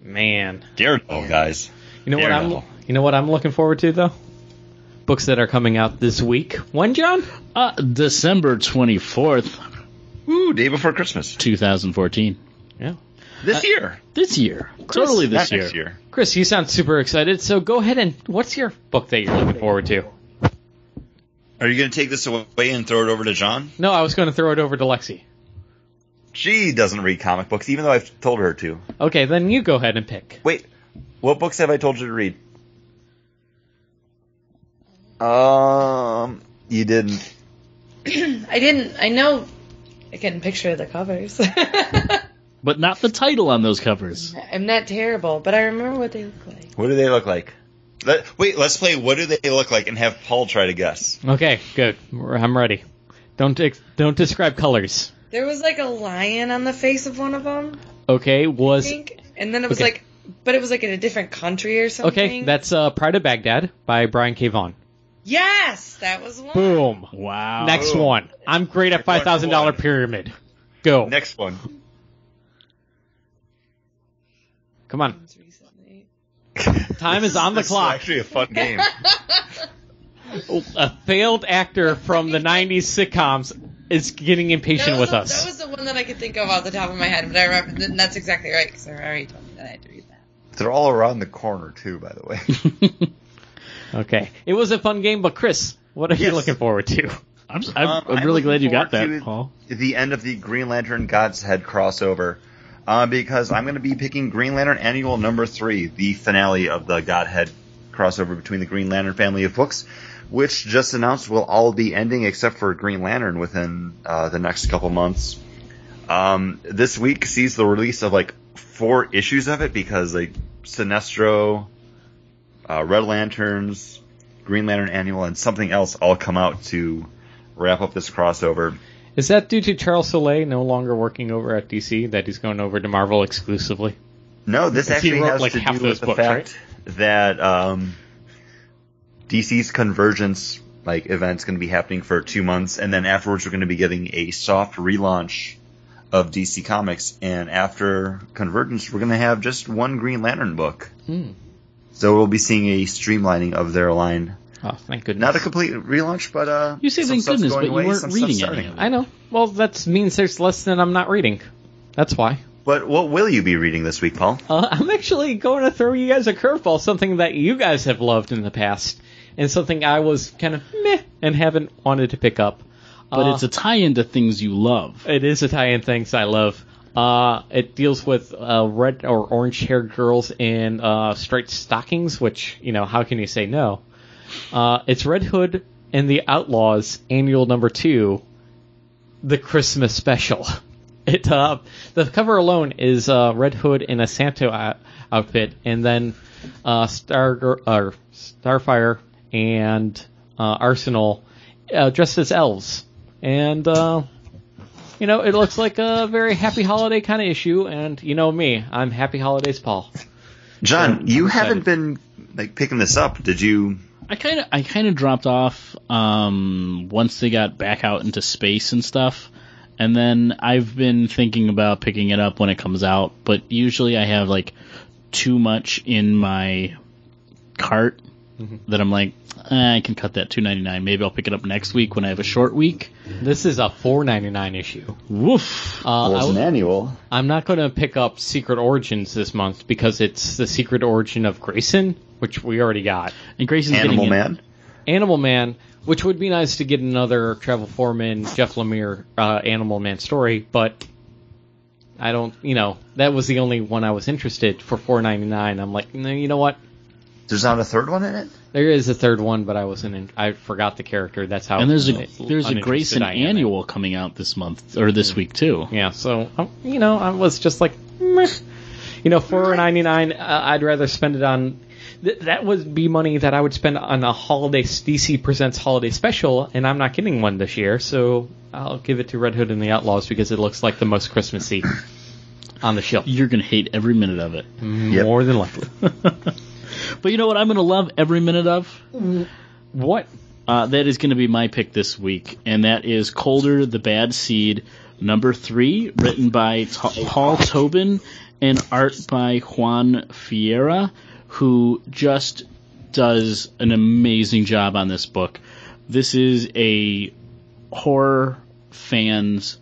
C: Man.
A: Daredevil guys,
C: You know what I'm
A: Daredevil.
C: you know what I'm looking forward to though? Books that are coming out this week. When, John?
B: Uh, December twenty fourth,
A: ooh, day before Christmas
B: two thousand fourteen.
C: Yeah.
A: this year,
B: This year, totally
A: not
B: Uh, this year.
A: next year.
C: Chris, you sound super excited, so go ahead and what's your book that you're looking forward to?
A: Are you going to take this away and throw it over to John?
C: No, I was gonna throw it over to Lexi.
A: She doesn't read comic books, even though I've told her to.
C: Okay, then you go ahead and pick.
A: Wait, what books have I told you to read? Um, you didn't.
D: I didn't. I know. I can picture the covers.
B: But not the title on those covers.
D: I'm not terrible, but I remember what they look like.
A: What do they look like? Let, wait, let's play. What do they look like? And have Paul try to guess.
C: Okay, good. We're- I'm ready. Don't ex- don't describe colors.
D: There was like a lion on the face of one of them,
C: Okay,
D: I
C: was
D: think, and then it was
C: Okay.
D: like, but it was like in a different country or something.
C: okay. That's uh, Pride of Baghdad by Brian K. Vaughan.
D: yes, that was one.
C: Boom.
B: Wow.
C: Next one. I'm great at
A: Next one.
C: five thousand dollar pyramid. Go.
A: Next one.
C: Come on.
D: It's recently.
C: Time is on the
A: This
C: clock.
A: actually a fun game.
C: A failed actor from the '90s sitcoms is getting
D: That
C: impatient
D: was
C: with
D: the-
C: us.
D: That was the one that I could think of off the top of my head, but I remember and that's exactly right because I already told me that I had to read that.
A: They're all around the corner too, by the way.
C: Okay. It was a fun game, but Chris, what are you
A: Yes.
C: looking forward to?
B: I'm, I'm,
A: Um,
B: I'm really glad you got that, Paul.
A: The end of the Green Lantern God's Head crossover, uh, because I'm going to be picking Green Lantern Annual Number Three, the finale of the Godhead crossover between the Green Lantern family of books, which just announced will all be ending except for Green Lantern within uh, the next couple months. Um, this week sees the release of like four issues of it because like Sinestro, uh, Red Lanterns, Green Lantern Annual, and something else all come out to wrap up this crossover.
C: Is that due to Charles Soleil no longer working over at DC, that he's going over to Marvel exclusively?
A: No, this
C: Because he
A: actually
C: wrote,
A: has
C: like,
A: to
C: half
A: do
C: those
A: with the
C: books,
A: fact that um, DC's convergence like event's going to be happening for two months, and then afterwards we're going to be getting a soft relaunch of DC Comics, and after convergence we're going to have just one Green Lantern book.
C: Hmm.
A: So we'll be seeing a streamlining of their line.
C: Oh, thank goodness.
A: Not a complete relaunch, but uh,
B: You say
A: some
B: thank
A: stuff's
B: goodness,
A: going
B: but you
A: away,
B: weren't
A: some
B: reading
A: stuff's
B: any
A: starting.
B: of it.
C: I know. Well, that means there's less than I'm not reading. That's why.
A: But what will you be reading this week, Paul?
C: Uh, I'm actually going to throw you guys a curveball, something that you guys have loved in the past, and something I was kind of meh and haven't wanted to pick up.
B: But
C: Uh.
B: it's a tie-in to things you love.
C: it is Italian things I love. Uh, it deals with uh, red or orange haired girls in uh, striped stockings, which you know how can you say no? Uh, it's Red Hood and the Outlaws Annual Number Two, the Christmas Special. It uh, the cover alone is uh, Red Hood in a Santo out- outfit, and then uh, Star Gir- or Starfire and uh, Arsenal uh, dressed as elves, and uh, you know, it looks like a very happy holiday kind of issue, and you know me, I'm happy holidays, Paul.
A: John,
C: I'm
A: you
C: excited.
A: haven't been like picking this up. Did you
B: I kind of I kind of dropped off um, once they got back out into space and stuff, and then I've been thinking about picking it up when it comes out. But usually I have like too much in my cart
A: Mm-hmm.
B: that I'm like eh, I can cut that two ninety nine. Maybe I'll pick it up next week when I have a short week.
C: This is a 4.99 issue.
B: Woof.
C: Uh, I w-
A: annual?
C: I'm not going to pick up Secret Origins this month because it's the Secret Origin of Grayson, which we already got.
B: and Grayson's
A: Animal
B: getting it.
A: Man.
C: Animal Man, which would be nice to get another Travel Foreman, Jeff Lemire, uh, Animal Man story, but I don't, you know, that was the only one I was interested for 4.99. I'm like, no, you know what?
A: There's not a third one in it.
C: There is a third one, but I wasn't. In, I forgot the character. That's how.
B: And there's a
C: uninterested
B: there's a Grayson
C: I am in it.
B: annual coming out this month or this week too.
C: Yeah. So um, you know, I was just like, Meh. you know, four ninety nine. Uh, I'd rather spend it on th- that would be money that I would spend on a holiday DC presents holiday special, and I'm not getting one this year, so I'll give it to Red Hood and the Outlaws because it looks like the most Christmassy on the shelf.
B: You're gonna hate every minute of it.
A: Yep.
C: More than likely.
B: But you know what? I'm gonna love every minute of.
C: What?
B: Uh, that is going to be my pick this week, and that is Colder the Bad Seed, number three, written by Ta- Paul Tobin and art by Juan Fiera, who just does an amazing job on this book. This is a horror fan's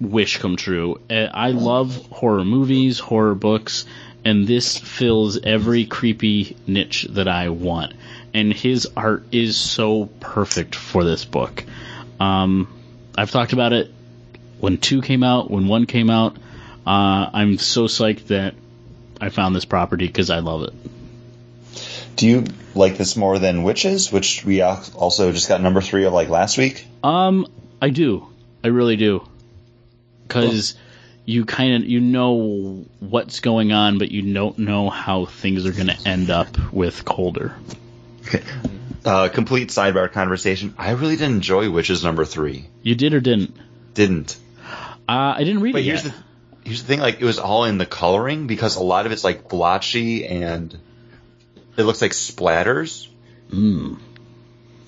B: wish come true. Uh, I love horror movies, horror books, and this fills every creepy niche that I want. And his art is so perfect for this book. Um, I've talked about it when two came out, when one came out. Uh, I'm so psyched that I found this property because I love it.
A: Do you like this more than Witches, which we al- also just got number three of like last week?
B: Um, I do. I really do. Because you kind of you know what's going on, but you don't know how things are going to end up with colder.
A: Uh, complete sidebar conversation. I really didn't enjoy Witches number three.
B: You did or didn't?
A: Didn't.
B: Uh, I didn't read
A: But
B: it.
A: here's
B: yet.
A: the here's the thing. Like it was all in the coloring because a lot of it's like blotchy and it looks like splatters. Hmm.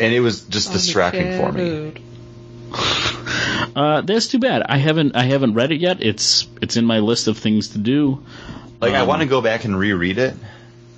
A: And it was just distracting for me.
B: uh, that's too bad. I haven't I haven't read it yet. It's it's in my list of things to do.
A: Like I want to go back and reread it.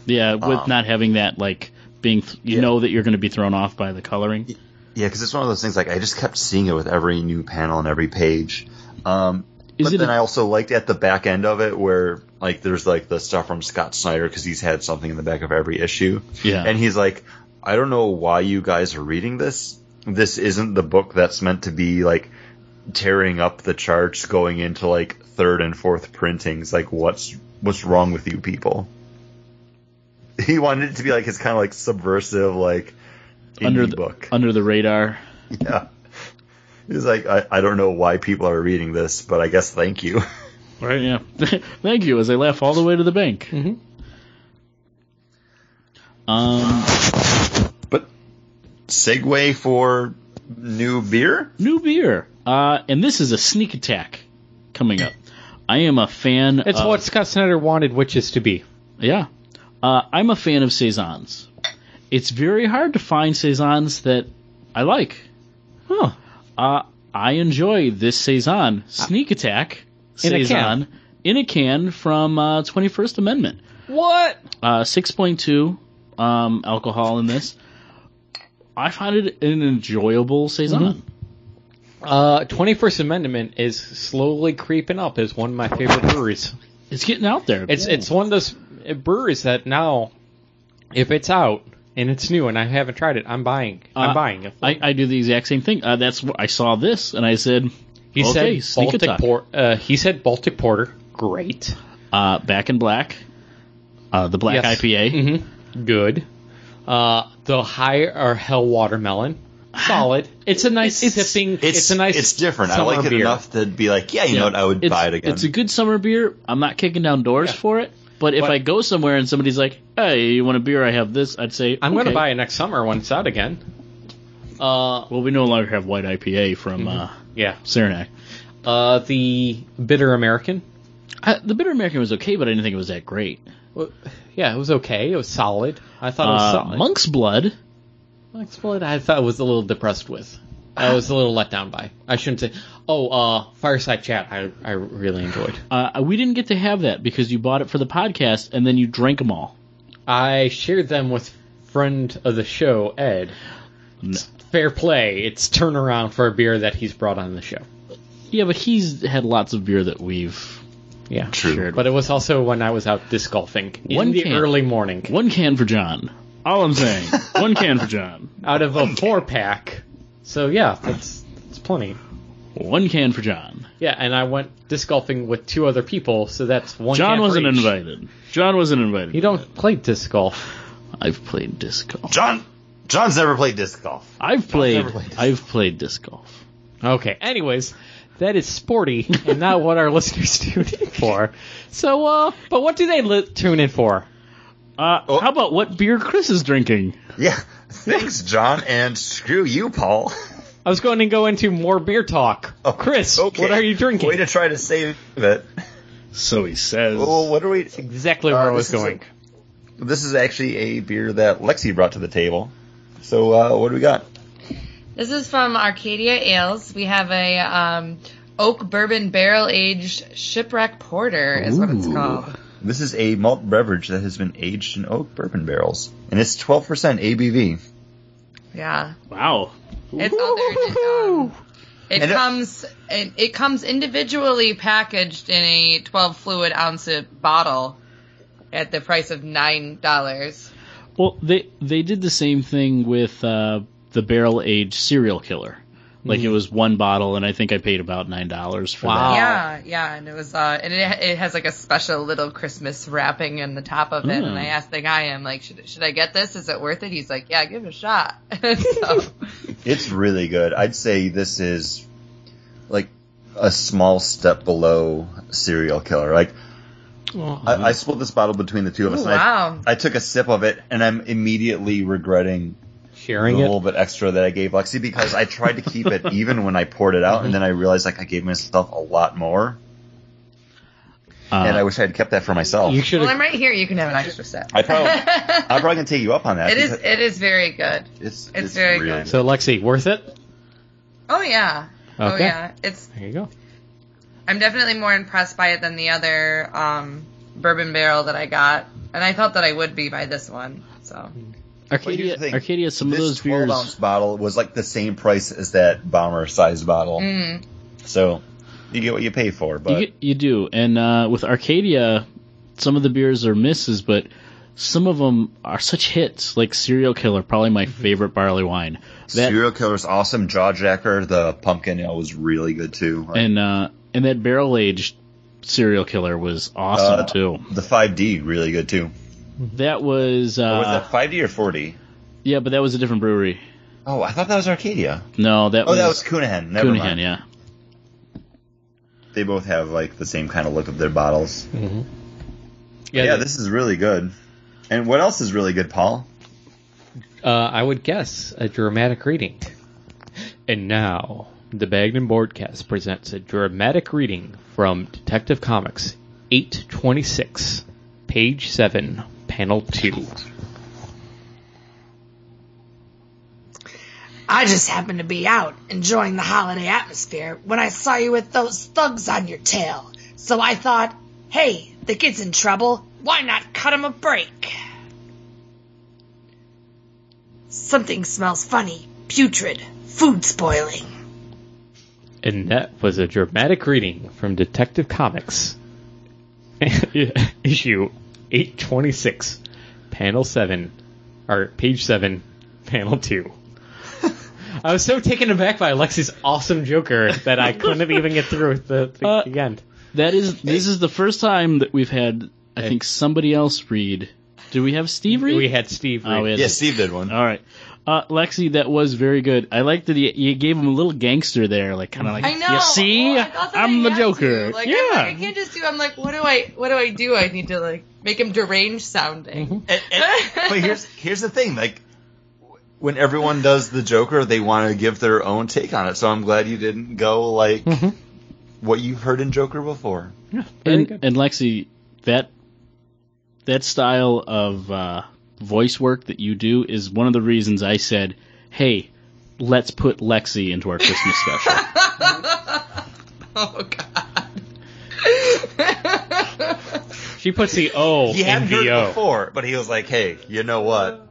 B: Yeah, with
A: Um,
B: not having that like being th- you
A: yeah.
B: know that you're going to be thrown off by the coloring.
A: Yeah, because it's one of those things. Like I just kept seeing it with every new panel and every page. Um,
B: Is
A: but
B: it
A: then
B: a-
A: I also liked at the back end of it where like there's like the stuff from Scott Snyder because he's had something in the back of every issue.
B: Yeah.
A: and he's like, I don't know why you guys are reading this. This isn't the book that's meant to be like tearing up the charts, going into like third and fourth printings. Like what's what's wrong with you people? He wanted it to be like his kind of like subversive like. indie
B: under the
A: book.
B: under the radar.
A: Yeah. He's like, I, I don't know why people are reading this, but I guess thank you.
B: Right, yeah. Thank you, as I laugh all the way to the bank.
C: Mm-hmm.
B: Um,
A: But segue for new beer?
B: new beer. Uh, and this is a sneak attack coming up. I am a fan
C: It's
B: of,
C: what Scott Snyder wanted witches to be.
B: Yeah. Uh, I'm a fan of Saisons. It's very hard to find Saisons that I like.
C: Huh.
B: Uh, I enjoy this Saison, Sneak Attack
C: Uh, In a
B: Saison, in a can from uh, 21st Amendment.
C: What?
B: uh, 6.2 um, alcohol in this. I find it an enjoyable saison.
C: Mm-hmm. Uh, 21st Amendment is slowly creeping up as one of my favorite breweries.
B: It's getting out there.
C: It's it's one of those uh, breweries that now, if it's out and it's new and I haven't tried it, I'm buying. I'm
B: Uh,
C: buying it.
B: I, I do the exact same thing. Uh, that's what I saw this and I said,
C: He
B: okay,
C: said
B: sneak
C: Baltic
B: attack.
C: Port. Uh, he said Baltic Porter. Great.
B: uh, back in black, uh, the black
C: Yes.
B: IPA.
C: hmm Good. Uh, the high or hell watermelon. Solid. It's a nice sipping. It's, a nice.
A: It's different. I
C: summer
A: like it
C: beer.
A: enough to be like, yeah, you know what? I would
B: It's,
A: buy it again.
B: it's a good summer beer. I'm not kicking down doors
C: Yeah.
B: for it. But if
C: But-
B: I go somewhere and somebody's like, hey, you want a beer? I have this. I'd say,
C: I'm going to
B: okay.
C: buy it next summer when it's out again. Uh,
B: Well, we no longer have white IPA from
C: Mm-hmm.
B: uh,
C: yeah.
B: Saranac.
C: Uh, the bitter American.
B: I, Uh, the Bitter American was okay, but I didn't think it was that great.
C: Well, Yeah, it was okay. It was solid. I thought it was
B: Uh,
C: solid.
B: Monk's Blood.
C: Monk's Blood, I thought I was a little depressed with. I was a little let down by. I shouldn't say. Oh, uh, Fireside Chat, I, I really enjoyed.
B: Uh, we didn't get to have that because you bought it for the podcast and then you drank them all.
C: I shared them with friend of the show, Ed. It's fair play. It's turnaround for a beer that he's brought on the show.
B: Yeah, but he's had lots of beer that we've
C: Yeah.
A: True.
B: shared.
C: But it was also when I was out disc golfing in
B: One
C: the
B: can.
C: early morning.
B: one can for John. All I'm saying, one can for John.
C: Out of a four pack. So, yeah, that's, that's plenty.
B: One can for John.
C: Yeah, and I went disc golfing with two other people, so that's one.
B: John
C: can for
B: wasn't
C: each.
B: invited. John wasn't invited.
C: You don't play disc golf.
B: I've played disc golf.
A: John, John's never played disc golf.
B: I've played.
A: never played disc
B: I've played disc golf.
C: Okay. Anyways, that is sporty and not what our listeners tune in for. So, uh, but what do they li- tune in for?
B: Uh,
A: Oh.
B: How about what beer Chris is drinking?
A: Yeah. Thanks, John, and screw you, Paul.
C: I was going to go into more beer talk.
A: Oh,
C: Chris,
A: okay.
C: what are you drinking?
A: Way to try to save it.
B: So he says.
A: Well, what are we?
C: exactly where
A: Uh,
C: I was
A: this is
C: going.
A: This is actually a beer that Lexi brought to the table. So uh, what do we got?
D: This is from Arcadia Ales. We have a um, oak bourbon barrel aged shipwreck porter, is what it's
B: Ooh.
D: called.
A: This is a malt beverage that has been aged in oak bourbon barrels, and it's 12% ABV.
D: Yeah,
B: wow.
D: it's other. Um, it
A: And it-
D: comes it, it comes individually packaged in a 12 fluid ounce bottle at the price of nine dollars.
B: Well, they they did the same thing with uh, the barrel aged serial killer. Like it was one bottle, and I think I paid about nine dollars for
C: Wow.
B: that.
D: Yeah, yeah, and it was uh, and it it has like a special little Christmas wrapping in the top of it.
B: Mm.
D: And I asked the guy, I'm like, should should I get this? Is it worth it? He's like, yeah, give it a shot. so,
A: It's really good. I'd say this is like a small step below serial killer. Like
C: Oh,
A: I, I split this bottle between the two of us.
D: Ooh,
A: and I-
D: wow.
A: I took a sip of it, and I'm immediately regretting the
C: sharing it.
A: little bit extra that I gave Lexi because I tried to keep it even when I poured it out, and then I realized like I gave myself a lot more,
B: Uh,
A: and I wish I had kept that for myself.
C: You should
D: well,
C: have
D: I'm right here. You can have an extra set.
A: I probably, I'm probably gonna take you up on that.
D: it is
A: because
D: it is very good.
A: It's,
D: it's very
A: really
D: good.
C: So, Lexi, worth it?
D: Oh yeah. Oh
C: Okay.
D: yeah. It's
C: There you go.
D: I'm definitely more impressed by it than the other um, bourbon barrel that I got, and I thought that I would be by this one.
A: But
D: So
A: here's the
B: Arcadia,
A: thing,
B: Arcadia, some of
A: this
B: those beers.
A: ounce bottle was like the same price as that bomber size bottle.
D: mm,
A: So you get what you pay for. But
B: You, get- you do, and uh, with Arcadia, some of the beers are misses, but some of them are such hits. Like Serial Killer, probably my favorite barley wine. That
A: Mm-hmm. serial killer's awesome. Jawjacker, the pumpkin ale was really good too. Like,
B: and uh, and that barrel aged Serial Killer was awesome
A: Uh,
B: too.
A: the 5D really good too.
B: That was, uh,
A: Or was that 5D or 4D?
B: yeah, but that was a different brewery.
A: Oh, I thought that was Arcadia.
B: No, that
A: Oh,
B: was,
A: that was Cunahan. Never
B: Cunahan,
A: mind.
B: yeah.
A: They both have like the same kind of look of their bottles.
C: Yeah,
A: yeah, this is really good. And what else is really good, Paul?
C: uh, I would guess a dramatic reading. And now, the Bagden Boardcast presents a dramatic reading from Detective Comics 826, page 7, panel 2.
E: I just happened to be out enjoying the holiday atmosphere when I saw you with those thugs on your tail. So I thought, hey, the kid's in trouble. Why not cut him a break? Something smells funny, putrid, food spoiling.
C: And that was a dramatic reading from Detective Comics, issue 826, panel 7, or page 7, panel 2. I was so taken aback by Alexi's awesome Joker that I couldn't even get through with the, the,
B: Uh,
C: the end.
B: That is, this is the first time that we've had, I think, somebody else read. Do we have Steve read?
C: We had Steve.
B: Oh, we
C: read.
B: had
A: Steve did one.
B: All right. Uh, Lexi, that was very good. I like that you, you gave him a little gangster there, like kind of like
D: I know.
B: you see,
D: Well, I thought that I
B: I'm the
D: had
B: Joker.
D: to. Like,
B: yeah,
D: I'm like, I can't just do. I'm like, what do I? What do I do? I need to like make him deranged sounding.
A: And- and-
B: Mm-hmm.
A: but here's here's the thing, like when everyone does the Joker, they want to give their own take on it. So I'm glad you didn't go like what you've heard in Joker before.
C: Very
B: and,
C: good.
B: and Lexi, that that style of uh, voice work that you do is one of the reasons I said, "Hey, let's put Lexi into our Christmas special."
D: Oh god.
C: She puts the O
A: He
C: in
A: hadn't heard it
C: VO.
A: before, but he was like, "Hey, you know what?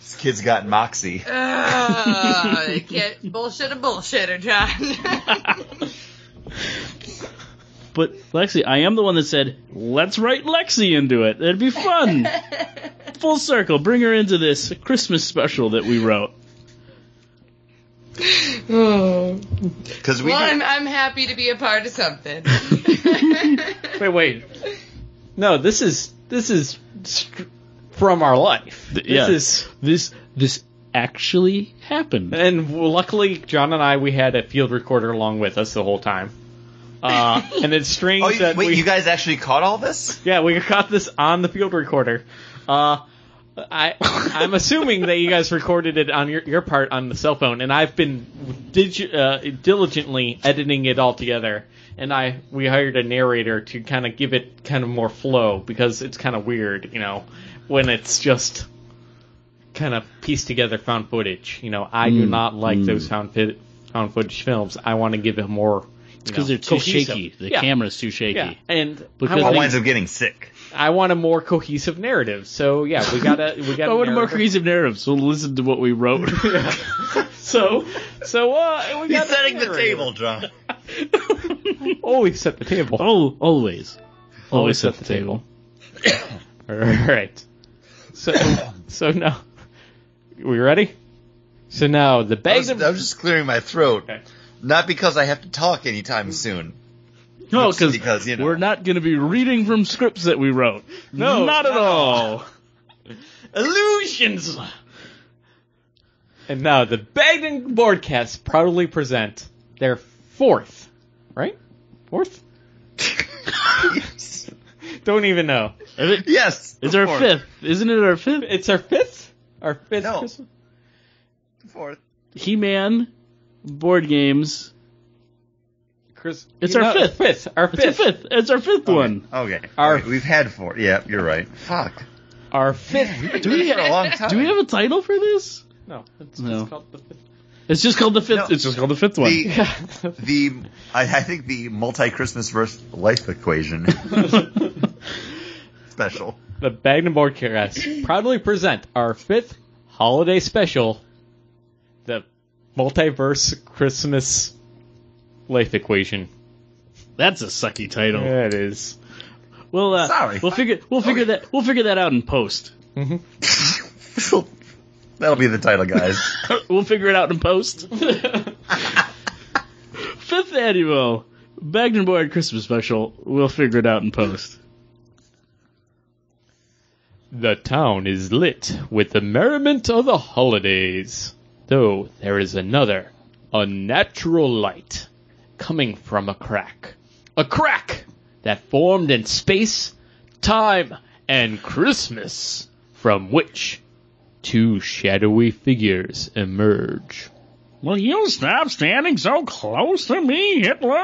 A: This kid's got moxie."
D: Uh, you can't bullshit a bullshitter, John.
B: But Lexi, I am the one that said, "Let's write Lexi into it. That'd be fun." Full circle, bring her into this Christmas special that we wrote.
D: oh.
A: Because we
D: Well,
A: do-
D: I'm, I'm happy to be a part of something.
C: Wait, wait. No, this is this is str- from our life. This
B: yeah.
C: is
B: This this actually happened.
A: Mm.
C: And luckily, John and I, we had a field recorder along with us the whole time. Uh, and it's strange
A: Oh, you-
C: that
A: wait,
C: we,
A: you guys actually caught all this?
C: yeah, we caught this on the field recorder. Uh, I I'm assuming that you guys recorded it on your your part on the cell phone, and I've been digi- uh, diligently editing it all together. And I we hired a narrator to kind of give it kind of more flow because it's kind of weird, you know, when it's just kind of pieced together found footage. You know, I do not like those found fit, found footage films. I want to give it more.
B: because they're too shaky. The
C: camera.
B: camera's too shaky.
C: Yeah, and
A: Paul
B: Because
C: I,
B: they-
C: want,
A: winds up getting sick.
C: I want a more cohesive narrative. So yeah, we gotta we gotta.
B: I want a more
C: narrative.
B: cohesive narrative, so listen to what we wrote.
C: So so uh, we
A: He's
C: got
A: setting the table, John.
C: Always set the table.
B: oh, always. Always set
C: set
B: the
C: the
B: table.
C: All right. So so now we ready? So now the
A: I
C: bag
A: was,
C: of
A: I was just clearing my throat.
C: Okay.
A: Not because I have to talk anytime soon.
B: No,
A: Just because, you know.
B: we're not going to be reading from scripts that we wrote.
C: No,
B: not at
C: no.
B: all.
C: illusions. And now the Bagden Broadcast proudly present their fourth, right? Fourth? Don't even know.
B: Is it-
A: Yes.
B: it's
A: the
B: our
A: fourth.
B: fifth, isn't it? Our fifth
C: It's our fifth? Our fifth
A: No.
C: Christmas?
A: Fourth.
B: He-Man board games.
C: Chris-
B: It's
C: you
B: our
C: know,
B: fifth.
C: Fifth. Our
B: It's our
C: fifth.
B: fifth. It's our fifth one.
A: Okay.
C: Our-
A: Alright, We've had four. Yeah, you're right. Fuck.
C: Our fifth.
A: Do we for a long time?
B: Do we have a title for this?
C: no, it's
B: No.
C: just called the fifth.
B: It's just called the fifth.
A: No.
B: It's just called the fifth one.
A: the, the I, I think the multi Christmas verse life equation special.
C: the Bagden Broadcast proudly present our fifth holiday special, the Multiverse Christmas Life Equation.
B: That's a sucky title.
C: Yeah, it is.
B: We'll uh,
A: Sorry.
B: We'll figure. We'll figure that. We'll figure that out in post.
A: That'll be the title, guys.
B: We'll figure it out in post. Fifth annual Bagden Board Christmas special. We'll figure it out in post.
C: The town is lit with the merriment of the holidays, though there is another unnatural light coming from a crack. A crack that formed in space, time, and Christmas, from which two shadowy figures emerge.
B: Will you stop standing so close to me, Hitler?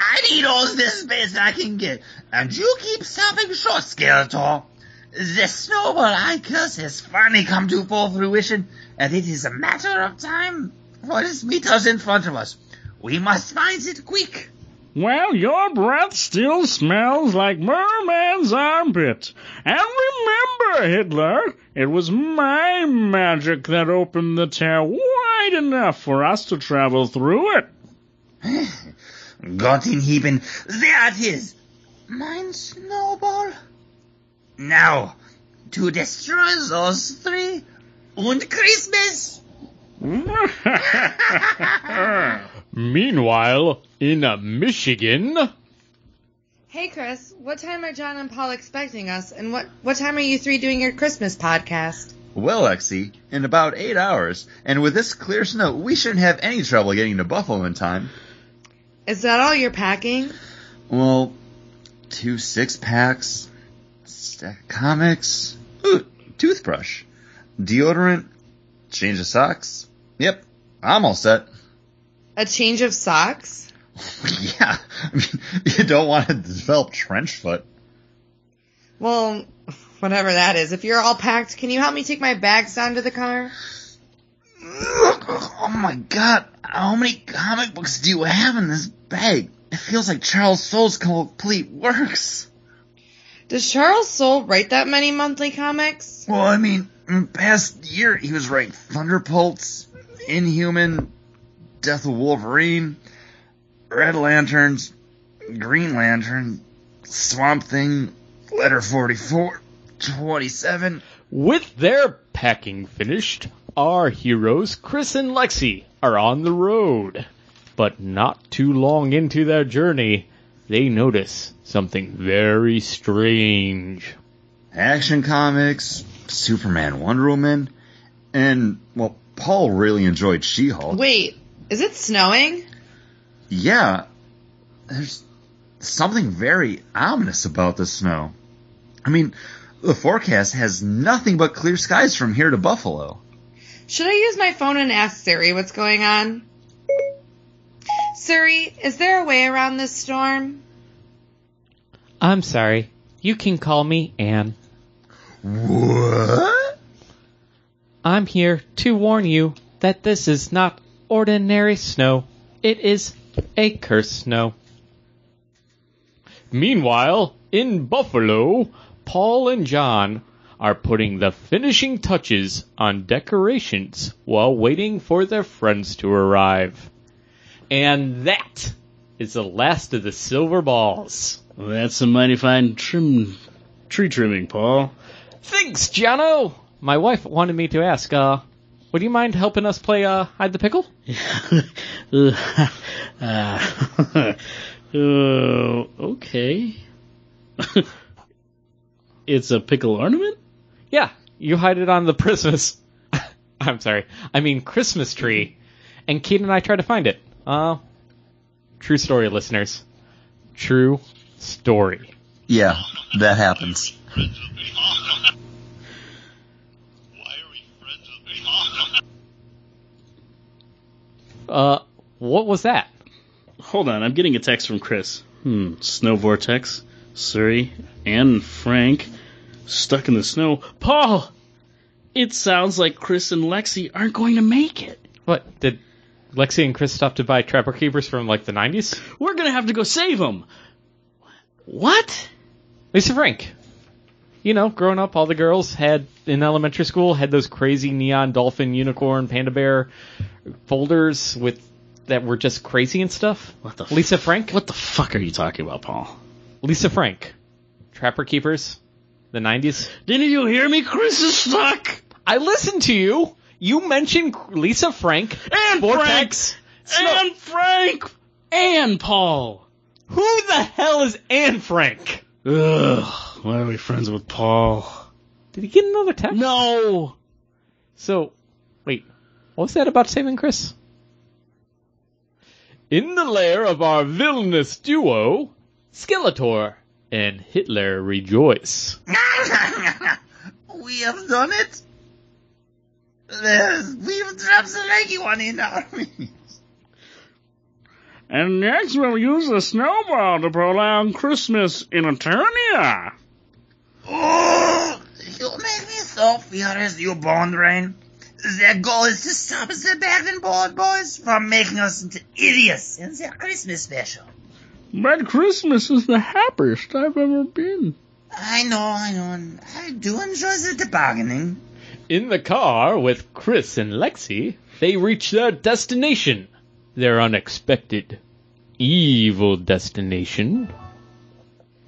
A: I need all the space I can get, and you keep stopping short, Skeletor. The snowball I curse has finally come to full fruition, and it is a matter of time for this meter's in front of us. We must find it quick.
B: Well, your breath still smells like Merman's armpit. And remember, Hitler, it was my magic that opened the tear wide enough for us to travel through it.
A: Gott in Heben, there it is. Mine snowball. Now, to destroy those three, and Christmas.
C: Meanwhile, in uh, Michigan.
D: Hey, Chris, what time are John and Paul expecting us? And what, what time are you three doing your Christmas podcast?
A: Well, Lexi, in about eight hours, and with this clear snow, we shouldn't have any trouble getting to Buffalo in time.
D: Is that all you're packing?
A: Well, two six packs, stack of comics, ooh, toothbrush, deodorant, change of socks. Yep, I'm all set.
D: A change of socks?
A: yeah, I mean, you don't want to develop trench foot.
D: Well, whatever that is. If you're all packed, can you help me take my bags down to the car?
A: Oh my god, how many comic books do you have in this bag? It feels like Charles Soule's complete works.
D: Does Charles Soule write that many monthly comics?
A: Well, I mean, in the past year he was writing Thunderbolts, Inhuman, Death of Wolverine, Red Lanterns, Green Lantern, Swamp Thing, Letter 44, 27.
C: With their packing finished, our heroes Chris and Lexi are on the road. But not too long into their journey, they notice something very strange.
A: Action Comics, Superman, Wonder Woman, and, well, Paul really enjoyed She Hulk.
D: Wait, is it snowing?
A: Yeah. there's something very ominous about this snow. I mean, the forecast has nothing but clear skies from here to Buffalo.
D: Should I use my phone and ask Siri what's going on? Siri, is there a way around this storm?
C: I'm sorry. You can call me Anne.
A: What?
C: I'm here to warn you that this is not ordinary snow. It is a cursed snow. Meanwhile, in Buffalo, Paul and John are putting the finishing touches on decorations while waiting for their friends to arrive. And that is the last of the silver balls.
B: Well, that's some mighty fine trim, tree trimming, Paul.
C: Thanks, Jono. My wife wanted me to ask, uh, would you mind helping us play uh, hide the pickle?
B: Uh, uh, okay. it's a pickle ornament?
C: Yeah, you hide it on the Christmas. I'm sorry, I mean Christmas tree. And Keaton and I tried to find it. Uh, true story, listeners. True story.
A: Yeah, that happens.
F: friends with me? Why are we friends with me?
C: Uh, what was that?
B: Hold on, I'm getting a text from Chris. Hmm, Snow Vortex, Surrey, and Frank stuck in the snow. Paul! It sounds like Chris and Lexi aren't going to make it.
C: What did Lexi and Chris stop to buy Trapper Keepers from like the 90s?
B: We're going to have to go save them. What?
C: Lisa Frank. You know, growing up, all the girls had in elementary school had those crazy neon dolphin, unicorn, panda bear folders with that were just crazy and stuff.
B: What the
C: Lisa Frank.
B: What the fuck are you talking about, Paul?
C: Lisa Frank, Trapper Keepers, the '90s.
B: Didn't you hear me? Chris is stuck!
C: I listened to you. You mentioned Lisa Frank
B: And
C: Vortex.
B: Frank! And Frank! And Paul!
C: Who the hell is Anne Frank?
B: Ugh, why are we friends with Paul?
C: Did he get another text?
B: No!
C: So, wait, what was that about saving Chris? In the lair of our villainous duo, Skeletor and Hitler rejoice.
A: we have done it. There's, we've trapped the leggy one in our army.
B: And next we'll use a snowball to prolong Christmas in Eternia.
A: Oh, you make me so furious, you bond rain. Their goal is to stop the Bagging Board Boys from making us into idiots in their Christmas special.
B: But Christmas is the happiest I've ever been.
A: I know, I know, and I do enjoy the debargaining.
C: In the car with Chris and Lexi, they reach their destination. Their unexpected, evil destination.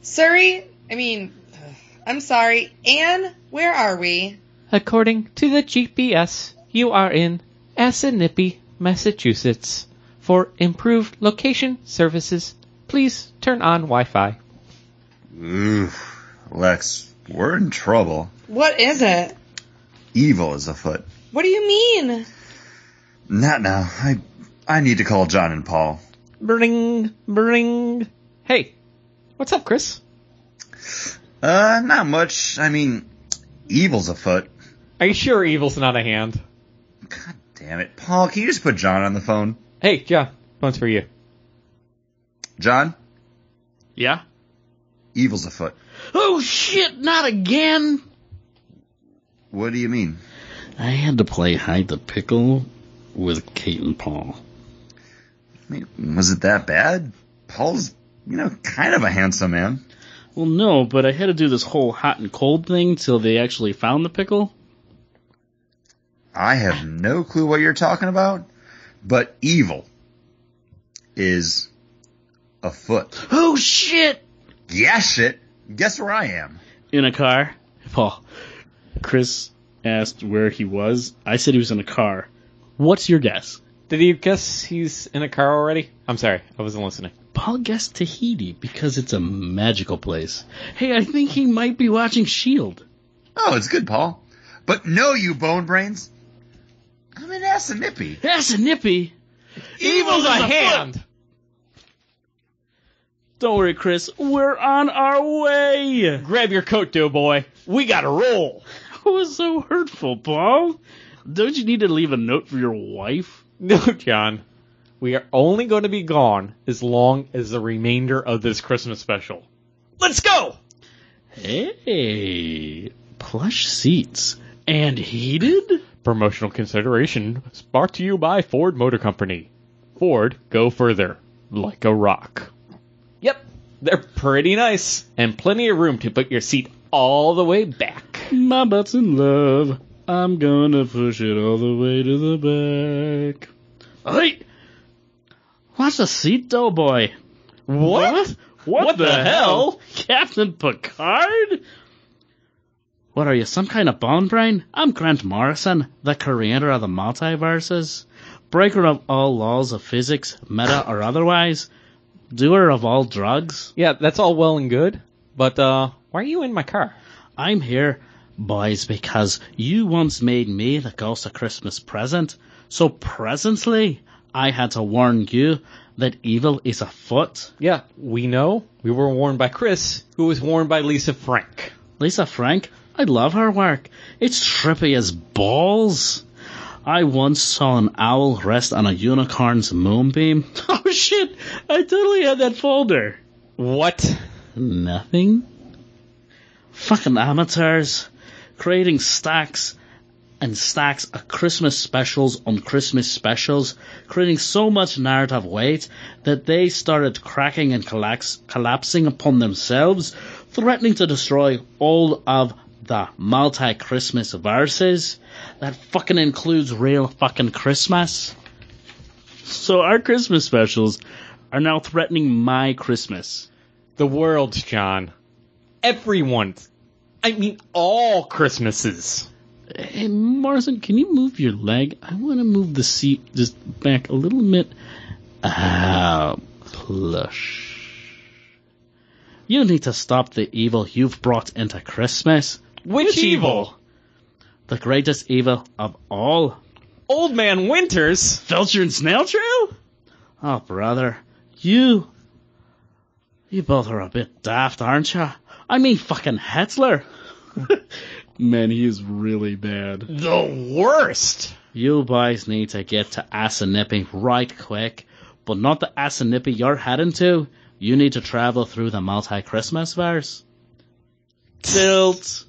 D: Siri, I mean, ugh, I'm sorry. Anne, where are we?
C: According to the GPS, you are in Assinippy, Massachusetts. For improved location services, please turn on Wi Fi.
A: Oof, Lex, we're in trouble.
D: What is it?
A: Evil is afoot.
D: What do you mean?
A: Not now. I, I need to call John and Paul.
C: Bring, bring. Hey, what's up, Chris?
A: Uh, not much. I mean, evil's afoot.
C: Are you sure evil's not a hand?
A: God damn it, Paul! Can you just put John on the phone?
C: Hey, John, one's for you.
A: John,
B: Yeah?
A: evil's afoot.
B: Oh shit, not again!
A: What do you mean?
B: I had to play hide the pickle with Kate and Paul.
A: I mean, was it that bad? Paul's, you know, kind of a handsome man.
B: Well, no, but I had to do this whole hot and cold thing till they actually found the pickle.
A: I have no clue what you're talking about, but evil is afoot.
B: Oh shit!
A: Yeah, shit. Guess where I am.
B: In a car. Paul. Chris asked where he was. I said he was in a car. What's your guess?
C: Did you guess he's in a car already? I'm sorry, I wasn't listening.
B: Paul guessed Tahiti because it's a magical place. Hey, I think he might be watching S.H.I.E.L.D.
A: Oh, it's good, Paul. But no, you bone brains. I'm an Assinippy.
B: That's a nippy!
C: Evil's
B: Evil's
C: a
B: afoot.
C: hand!
B: Don't worry, Chris. We're on our way.
C: Grab your coat, doughboy. We gotta roll.
B: That was so hurtful, Paul. Don't you need to leave a note for your wife?
C: No, John. We are only going to be gone as long as the remainder of this Christmas special. Let's go!
B: Hey, plush seats and heated.
C: Promotional consideration is brought to you by Ford Motor Company. Ford, go further. Like a rock. Yep, they're pretty nice. And plenty of room to put your seat all the way back.
B: My butt's in love. I'm gonna push it all the way to the back. Hey, watch the seat, doughboy.
C: What?
B: What,
C: What
B: the,
C: the
B: hell? Captain Picard? What are you, some kind of bone brain? I'm Grant Morrison, the creator of the multiverses, breaker of all laws of physics, meta or otherwise, doer of all drugs.
C: Yeah, that's all well and good, but uh, why are you in my car?
B: I'm here, boys, because you once made me the ghost of Christmas present. So presently, I had to warn you that evil is afoot.
C: Yeah, we know. We were warned by Chris, who was warned by Lisa Frank.
B: Lisa Frank, I love her work. It's trippy as balls. I once saw an owl rest on a unicorn's moonbeam. Oh shit! I totally had that folder.
C: What?
B: Nothing? Fucking amateurs. Creating stacks and stacks of Christmas specials on Christmas specials, creating so much narrative weight that they started cracking and collax- collapsing upon themselves, threatening to destroy all of the multi Christmas verses. That fucking includes real fucking Christmas. So our Christmas specials are now threatening my Christmas.
C: The world's John. Everyone's. I mean, all Christmases.
B: Hey, Morrison, can you move your leg? I want to move the seat just back a little bit. Ah, plush. You need to stop the evil you've brought into Christmas.
C: Which, evil?
B: The greatest evil of all.
C: Old Man Winters?
B: Felcher and Snail Trail? Oh, brother. You. You both are a bit daft, aren't you? I mean, fucking Hitler. Man, he is really bad.
C: The worst.
B: You boys need to get to Assinippy right quick, but not the Assinippy you're heading to. You need to travel through the multi Christmas verse. Tilt.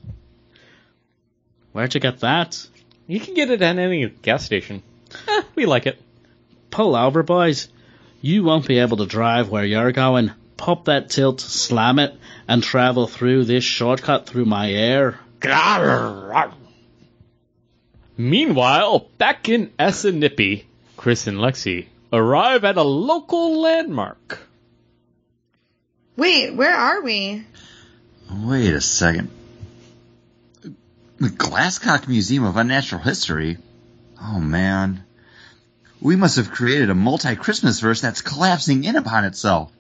B: Where'd you get that?
C: You can get it at any gas station. Eh, we like it.
B: Pull over, boys. You won't be able to drive where you're going. Pop that tilt, slam it, and travel through this shortcut through my air.
C: Meanwhile, back in Essenippy, Chris and Lexi arrive at a local landmark.
D: Wait, where are we?
A: Wait a second. The Glasscock Museum of Unnatural History? Oh man. We must have created a multi Christmas verse that's collapsing in upon itself.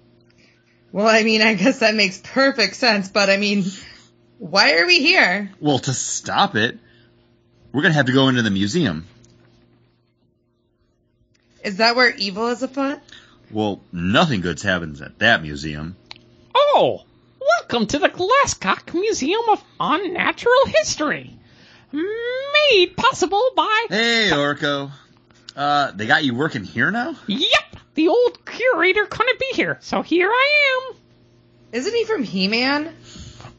D: Well, I mean, I guess that makes perfect sense, but I mean, why are we here?
A: Well, to stop it, we're gonna have to go into the museum.
D: Is that where evil is afoot?
A: Well, nothing good happens at that museum.
C: Oh, welcome to the Glasscock Museum of Unnatural History. Made possible by,
A: Hey, Orko. Uh, they got you working here now?
C: yep, the old curator couldn't be here, so here I am.
D: Isn't he from He-Man?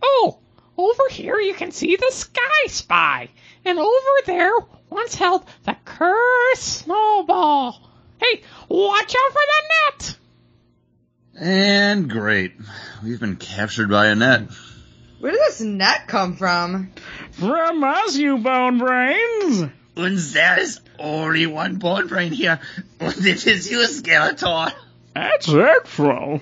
C: Oh, over here you can see the Sky Spy, and over there once held the cursed snowball. Hey, watch out for the net!
A: And great. We've been captured by a net.
D: Where did this net come from?
B: From us, you bone brains!
A: And there is only one bone brain here. And it is you, Skeletor.
B: That's hurtful.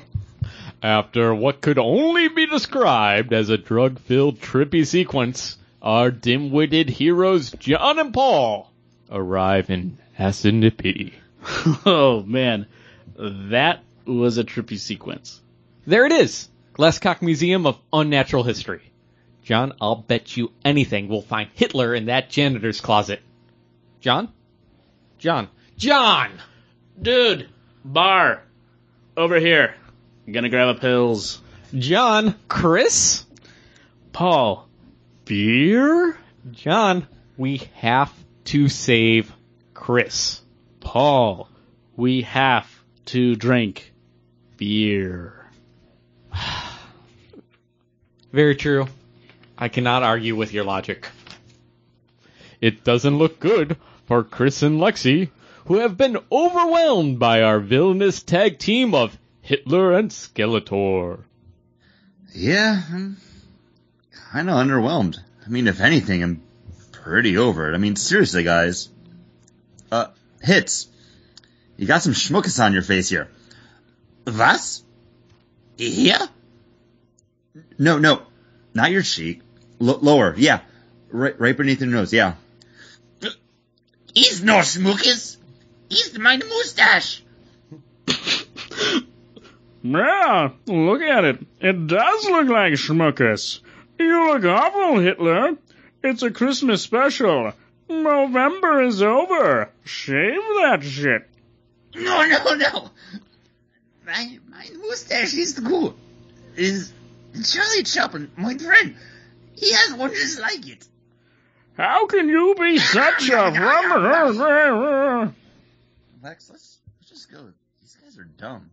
C: After what could only be described as a drug filled trippy sequence, our dim witted heroes John and Paul arrive in Assinippy.
B: Oh man, that was a trippy sequence.
C: There it is Glasscock Museum of Unnatural History. John, I'll bet you anything we'll find Hitler in that janitor's closet. John? John. John!
B: Dude, bar, over here. I'm gonna grab a pills.
C: John, Chris,
B: Paul, beer?
C: John, we have to save Chris.
B: Paul, we have to drink beer.
C: Very true. I cannot argue with your logic. It doesn't look good for Chris and Lexi, who have been overwhelmed by our villainous tag team of Hitler and Skeletor.
A: Yeah, I'm kind of underwhelmed. I mean, if anything, I'm pretty over it. I mean, seriously, guys. Uh, hits. You got some schmuckus on your face here. Was? Yeah? No, no. Not your cheek. L- lower, yeah. Right, right beneath your nose, yeah. He's no schmuckus. He's my mustache.
B: Yeah, look at it. It does look like schmuckus. You look awful, Hitler. It's a Christmas special. November is over. Shave that shit.
A: No, no, no. My, my mustache is cool. Is Charlie Chaplin, my friend, he has one just like it.
B: How can you be such a...
A: Lex, let's, let's just go. These guys are dumb.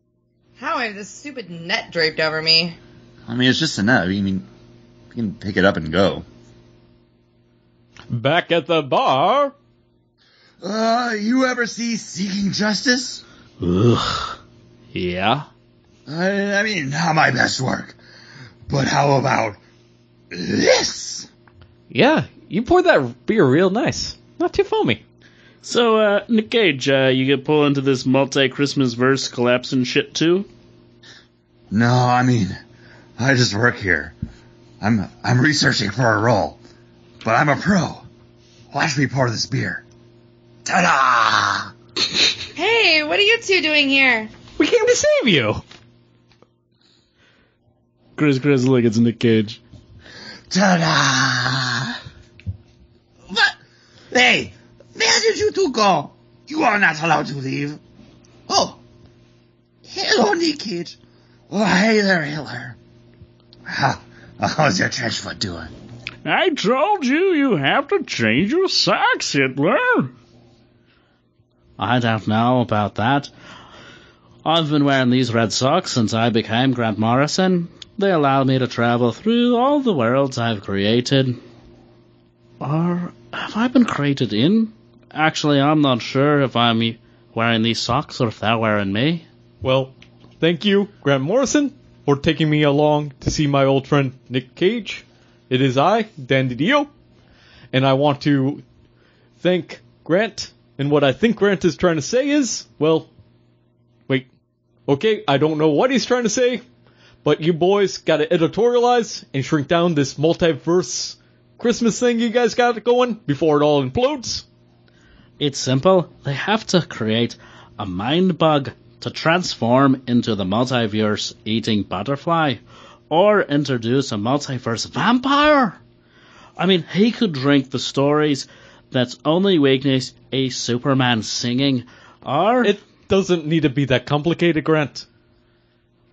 D: How is this stupid net draped over me?
A: I mean, it's just enough. I mean, you can pick it up and go.
C: Back at the bar,
A: Uh, you ever see Seeking Justice?
B: Ugh. Yeah?
A: I, I mean, not my best work. But how about this?
C: Yeah, you poured that beer real nice. Not too foamy.
B: So, uh, Nick Cage, uh, you get pulled into this multi-Christmas verse collapsing shit too?
A: No, I mean, I just work here. I'm I'm researching for a role, but I'm a pro. Watch me pour this beer. Ta-da!
D: Hey, what are you two doing here?
C: We came to save you.
B: Chris Grizzly gets Nick Cage.
A: Ta-da! What? Hey, where did you two go? You are not allowed to leave. Oh, hello, Nick Cage. Oh, hey there, Hitler. How, how's your trench foot doing?
B: I told you you have to change your socks, Hitler. I don't know about that. I've been wearing these red socks since I became Grant Morrison. They allow me to travel through all the worlds I've created. Or have I been created in? Actually, I'm not sure if I'm wearing these socks or if they're wearing me.
C: Well, thank you, Grant Morrison, for taking me along to see my old friend Nick Cage. It is I, Dan DiDio, and I want to thank Grant. And what I think Grant is trying to say is, well, wait, okay, I don't know what he's trying to say, but you boys gotta editorialize and shrink down this multiverse Christmas thing you guys got going before it all implodes.
B: It's simple. They have to create a mind bug to transform into the multiverse eating butterfly or introduce a multiverse vampire. I mean, he could drink the stories that's only weakness a Superman singing or
C: It doesn't need to be that complicated, Grant.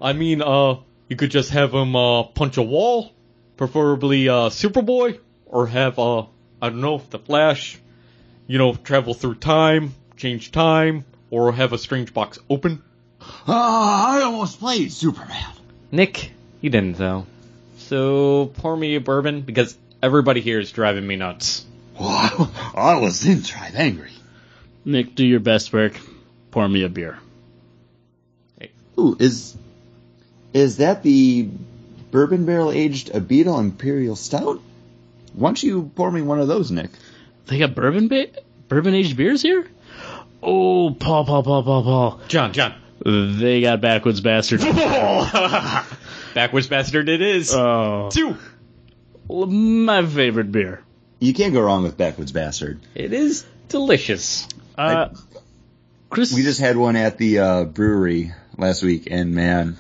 C: I mean, uh, you could just have him uh, punch a wall, preferably uh, Superboy, or have uh, I don't know, the Flash. You know, travel through time, change time, or have a strange box open.
A: Ah, I almost played Superman.
C: Nick, you didn't though. So pour me a bourbon because everybody here is driving me nuts.
A: Well, I was in Tribe Angry.
B: Nick, do your best work. Pour me a beer.
A: Ooh, is is that the bourbon barrel aged a beetle imperial stout? Why don't you pour me one of those, Nick?
B: They got bourbon ba- bourbon aged beers here? Oh, Paul, Paul, Paul, Paul, Paul.
C: John, John,
B: They got backwards bastards.
C: backwards bastard, it is.
B: oh,
C: Two.
B: my favorite beer.
A: You can't go wrong with Backwoods Bastard.
C: It is delicious.
B: Uh, Chris,
A: We just had one at the uh, brewery last week, and man,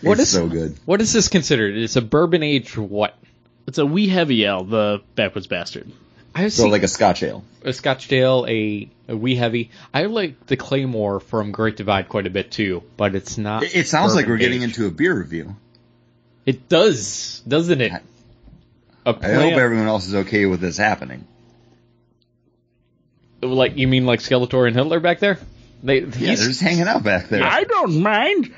C: What
A: it's
C: is-
A: so good?
C: What is this considered? It's a bourbon aged what?
B: it's a wee heavy L, the backwards bastard.
C: I was
A: So like a Scotch ale.
C: a Scotchdale, a, a wee heavy. I like the Claymore from Great Divide quite a bit too, but it's not.
A: It, it sounds like we're
C: bourbon
A: getting
C: aged.
A: into a beer review.
C: It does, doesn't it?
A: I-
C: A
A: I hope
C: plant-
A: everyone else is okay with this happening.
C: like you mean like Skeletor and Hitler back there? They
A: Yeah,
C: he's-
A: they're just hanging out back there.
B: I don't mind.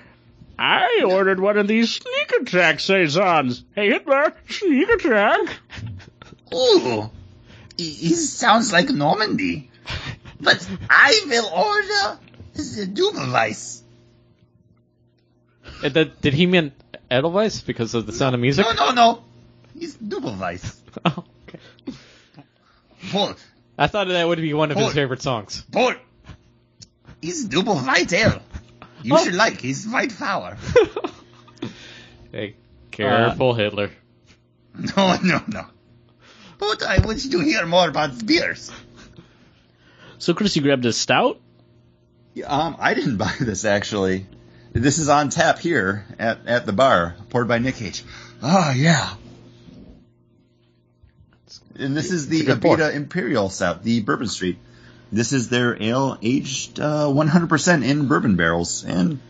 B: I ordered one of these sneak attack saisons. Hey Hitler, sneak attack.
A: Ooh, he sounds like Normandy. But I will order the Dumovice.
C: Uh, that- did he mean Edelweiss because of the sound of music?
A: no, no. He's Dumovice.
C: Oh, okay.
A: Bolt.
C: I thought that would be one of his
A: Boy.
C: favorite sonsongs.
A: Bolt. He's Dumovice ale. You should like his white flower.
C: Hey, careful, Hitler.
A: No, no, no. But I want you to hear more about beers.
B: So Chris, you grabbed a stout.
A: Um, I didn't buy this actually. This is on tap here at, at the bar, poured by Nick H. Oh yeah. And this is the
C: It's a good pour.
A: Abita Imperial Stout, the Bourbon Street. This is their ale aged uh, 100% in bourbon barrels, and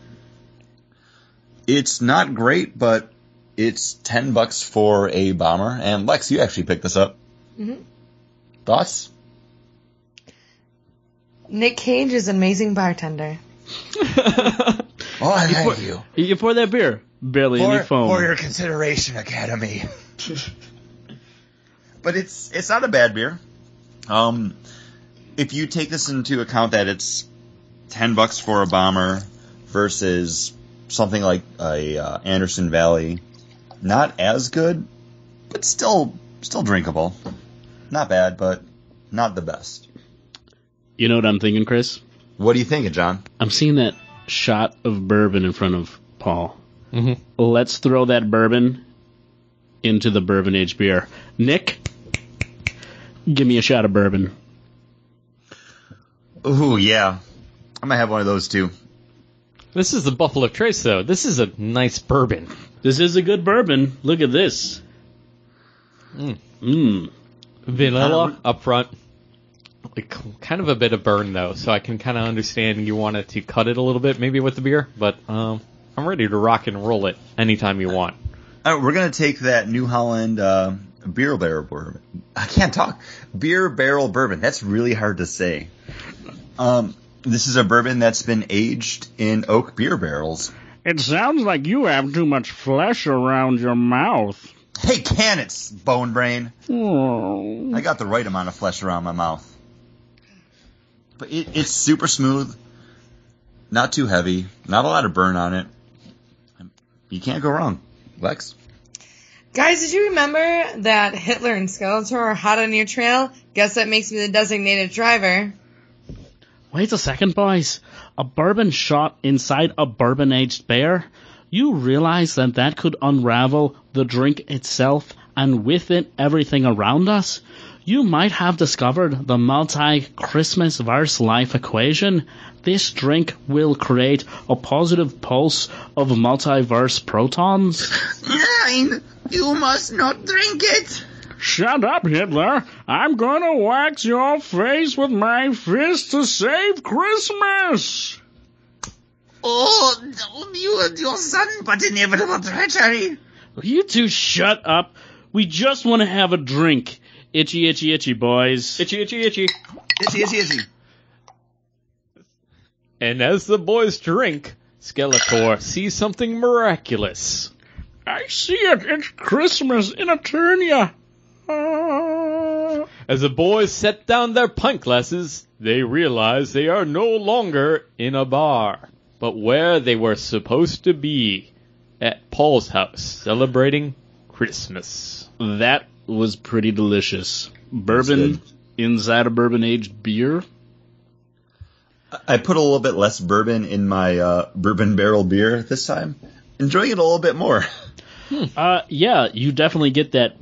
A: it's not great, but it's 10 bucks for a bomber. And Lex, you actually picked this up.
D: Mhm.
A: Thoughts?
D: Nick Cage is an amazing bartender.
A: Oh, I like you.
B: You pour that beer, barely any foam.
A: consideration, Academy. but it's it's not a bad beer. Um, if you take this into account that it's ten bucks for a bomber versus something like a uh, Anderson Valley, not as good, but still still drinkable. Not bad, but not the best.
B: You know what I'm thinking, Chris?
A: What do you thinking, John?
B: I'm seeing that shot of bourbon in front of Paul.
C: Mhm.
B: Let's throw that bourbon into the bourbon aged beer. Nick, give me a shot of bourbon.
A: Ooh, yeah, I'm gonna have one of those too.
C: This is the Buffalo Trace, though. This is a nice bourbon.
B: This is a good bourbon. Look at this. Mmm.
C: Vanilla up front. Like, kind of a bit of burn, though, so I can kind of understand you wanted to cut it a little bit, maybe with the beer, but um, I'm ready to rock and roll it anytime you want.
A: All right, Uh, we're gonna take that New Holland uh, beer barrel bourbon. I can't talk. Beer barrel bourbon. That's really hard to say. Um, this is a bourbon that's been aged in oak beer barrels.
B: It sounds like you have too much flesh around your mouth.
A: Hey, can it's bone brain.
B: Oh.
A: I got the right amount of flesh around my mouth. But it, it's super smooth, not too heavy, not a lot of burn on it. You can't go wrong, Lex.
D: Guys, did you remember that Hitler and Skeletor are hot on your trail? Guess that makes me the designated driver.
B: Wait a second, boys. A bourbon shot inside a bourbon aged beer? You realize that that could unravel the drink itself and with it everything around us? You might have discovered the multi Christmas verse life equation. This drink will create a positive pulse of multiverse protons.
A: Nine. You must not drink it.
B: Shut up, Hitler! I'm gonna wax your face with my fist to save Christmas!
A: Oh, you and your son, but inevitable treachery.
B: You two shut up. We just want to have a drink. Itchy, itchy, itchy, boys.
C: Itchy, itchy, itchy.
A: Itchy, itchy, itchy.
C: And as the boys drink, Skeletor sees something miraculous.
B: I see it. It's Christmas in Eternia. Ah.
C: As the boys set down their pint glasses, they realize they are no longer in a bar, but where they were supposed to be at Paul's house celebrating Christmas.
B: That was pretty delicious. Bourbon inside a bourbon aged beer.
A: I put a little bit less bourbon in my uh, bourbon barrel beer this time. Enjoying it a little bit more.
B: Uh, yeah, you definitely get that.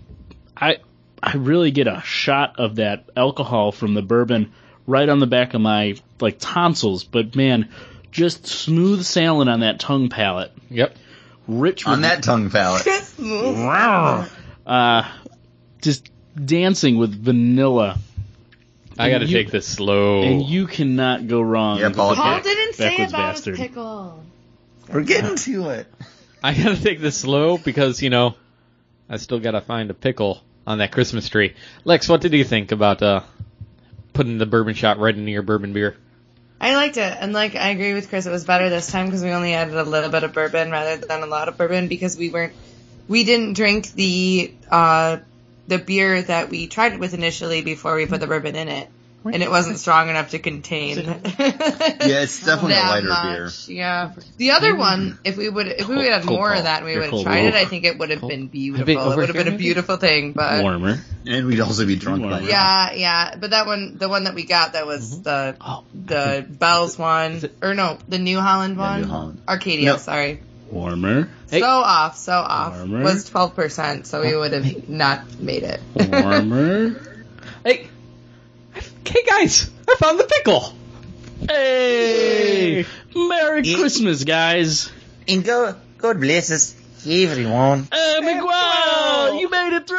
B: I I really get a shot of that alcohol from the bourbon right on the back of my like tonsils. But man, just smooth sailing on that tongue palate.
C: Yep.
B: Rich with
A: On that tongue palate.
D: Smooth.
B: uh, just dancing with vanilla,
C: I got to
B: You-
C: take this slow.
B: and you cannot go wrong.
A: Yeah,
B: with
A: Paul
B: the
A: Paul
B: back-
D: didn't say
B: backwards
D: about
B: bastard.
D: his pickle.
A: We're getting to it.
C: I got to take this slow because you know, I still got to find a pickle on that Christmas tree. Lex, what did you think about uh, putting the bourbon shot right into your bourbon beer?
D: I liked it, and like I agree with Chris, it was better this time because we only added a little bit of bourbon rather than a lot of bourbon because we weren't, we didn't drink the uh, the beer that we tried it with initially before we put the bourbon in it, and it wasn't strong enough to contain.
A: Yeah, it's definitely a
D: that
A: lighter
D: much.
A: beer.
D: Yeah, the other one, if we would, if we would have
B: Cold
D: more
B: call.
D: of that, and we
B: You're
D: would have
B: cold,
D: tried it.
B: whoa.
D: I think it would have been beautiful.
C: Have it
D: It
C: over
D: would have
C: here,
D: been a
C: maybe?
D: beautiful thing, but
B: warmer.
A: And we'd also be drunk by
B: Warm.
A: now.
D: yeah, yeah. But that one, the one that we got, that was the
B: Oh,
D: the Bells one,
C: it-
D: or no, the New Holland
A: Yeah,
D: one,
A: New Holland.
D: Arcadia.
A: No.
D: Sorry,
B: warmer,
C: Hey.
D: so off, so off
B: Warmer.
D: was twelve percent, so we would have not made it.
B: warmer.
C: Hey, hey guys, I found the pickle.
B: hey, Merry Christmas, guys.
G: And God, God bless us, everyone.
B: Hey, Miguel, you made it through.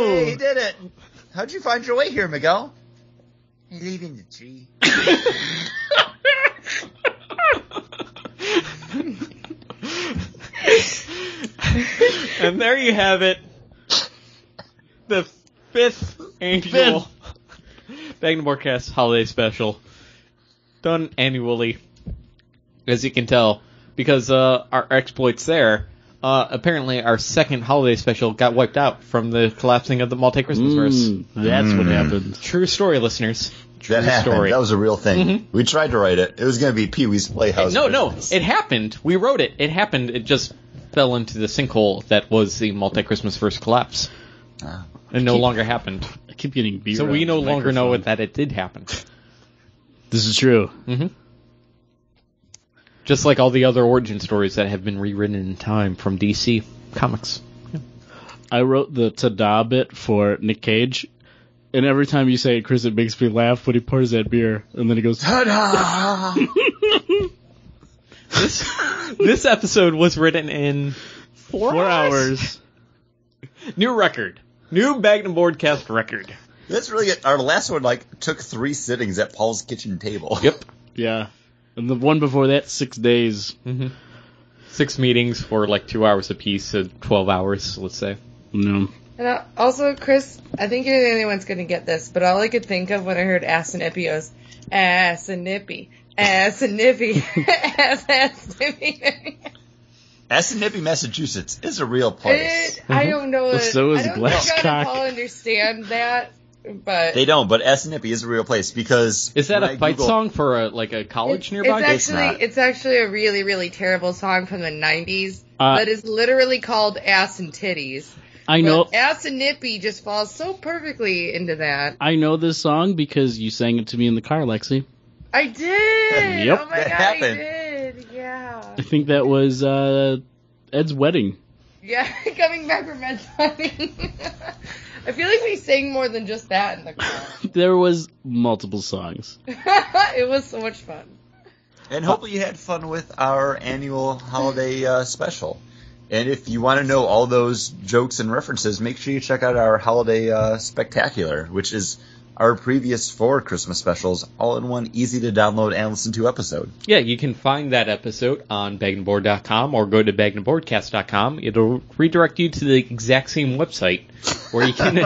G: Hey, you did it. How'd you find your way here, Miguel? Leaving the tree.
C: and there you have it. The fifth annual Bagnamorecast holiday special. Done annually. As you can tell. Because uh, our exploits there, uh, apparently our second holiday special got wiped out from the collapsing of the multi Christmas verse.
B: Mm, that's what happened.
C: True story, listeners. True
A: That happened.
C: story.
A: That was a real thing.
D: Mm-hmm.
A: We tried to write it. It was going to be Pee Wee's Playhouse.
C: no, no,
A: Christmas.
C: it happened. We wrote it. It happened. It just fell into the sinkhole that was the multi-Christmas verse collapse.
A: Ah.
C: It no longer happened.
B: I keep getting beer.
C: So we
B: on
C: no
B: the
C: longer know
B: microphone.
C: that it did happen. Mm-hmm.
B: This is true.
C: Just like all the other origin stories that have been rewritten in time from DC comics.
B: I wrote the ta-da bit for Nick Cage, and every time you say it, Chris, it makes me laugh when he pours that beer, and then he goes,
C: This this episode was written in
B: four, hours.
C: new record. New Magnum Board cast record.
A: That's really good. Our last one like took three sittings at Paul's kitchen table.
C: Yep.
B: Yeah. And the one before that, six days.
C: Mm-hmm. Six meetings for like two hours apiece, so twelve hours, let's say.
B: No.
D: And uh, also, Chris, I think you're the only one's going to get this, but all I could think of when I heard ass and ippy was ass and nippy, ass and nippy, ass, ass, nippy.
A: Assinippy, Massachusetts is a real place.
D: It, I don't know.
B: Well,
D: it-
B: so is
D: I don't
B: Glasscock.
D: think John and Paul understand that, but
A: They don't, but Assinippy is a real place because
C: Is that
A: when
C: a
A: I
C: fight
A: Googled-
C: song for a like a college nearby?
D: It's
A: It's
D: actually
A: not.
D: it's, actually a really really terrible song from the '90s
B: Uh,
D: that is literally called "Ass and Titties."
B: I
D: But
B: know.
D: "Ass and Nippy" just falls so perfectly into that.
B: I know this song because you sang it to me in the car, Lexi.
D: I did.
B: Yep.
D: oh my
A: That
D: god, I
A: happened.
D: did. Yeah.
B: I think that was uh, Ed's wedding.
D: Yeah, coming back from Red Sonning. I feel like we sang more than just that in the car.
B: There was multiple songs.
D: it was so much fun.
A: And hopefully you had fun with our annual holiday uh, special. And if you want to know all those jokes and references, make sure you check out our holiday uh, spectacular, which is our previous four Christmas specials, all in one easy to download and listen to episode.
C: Yeah, you can find that episode on bagnboard.com or go to bagnboardcast.com. It'll redirect you to the exact same website where you can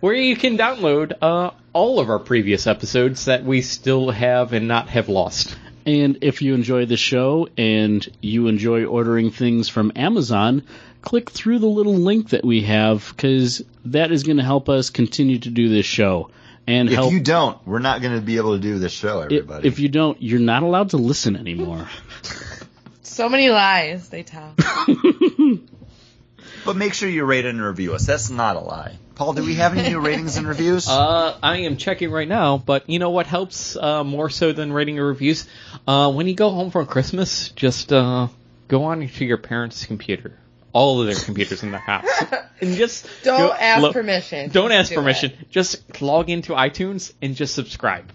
C: where you can download uh, all of our previous episodes that we still have and not have lost.
B: And if you enjoy the show and you enjoy ordering things from Amazon, click through the little link that we have because that is going to help us continue to do this show and help.
A: If you don't, we're not going to be able to do this show,
B: if,
A: everybody.
B: if you don't, you're not allowed to listen anymore.
D: So many lies they tell.
A: But make sure you rate and review us. That's not a lie. Paul, do we have any new ratings and reviews?
C: Uh, I am checking right now, but you know what helps uh, more so than rating or reviews? Uh, when you go home from Christmas, just uh, go on to your parents' computer, all of their computers in the house, and just
D: Don't
C: go-
D: ask
C: look-
D: permission.
C: Don't ask
D: Do
C: permission.
D: it.
C: Just log into iTunes and just subscribe.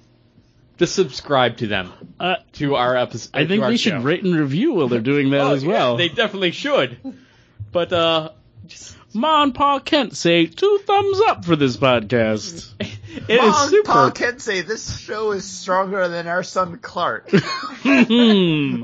C: Just subscribe to them
B: Uh,
C: to our Oh, episode.
B: I think they Oh, should rate and review while they're doing that as well.
C: they definitely should. But uh, just
B: Ma and Pa Kent say two thumbs up for this podcast.
C: It is
G: Mom,
C: super.
G: Paul Kensei, this show is stronger than our son Clark.
B: Hmm.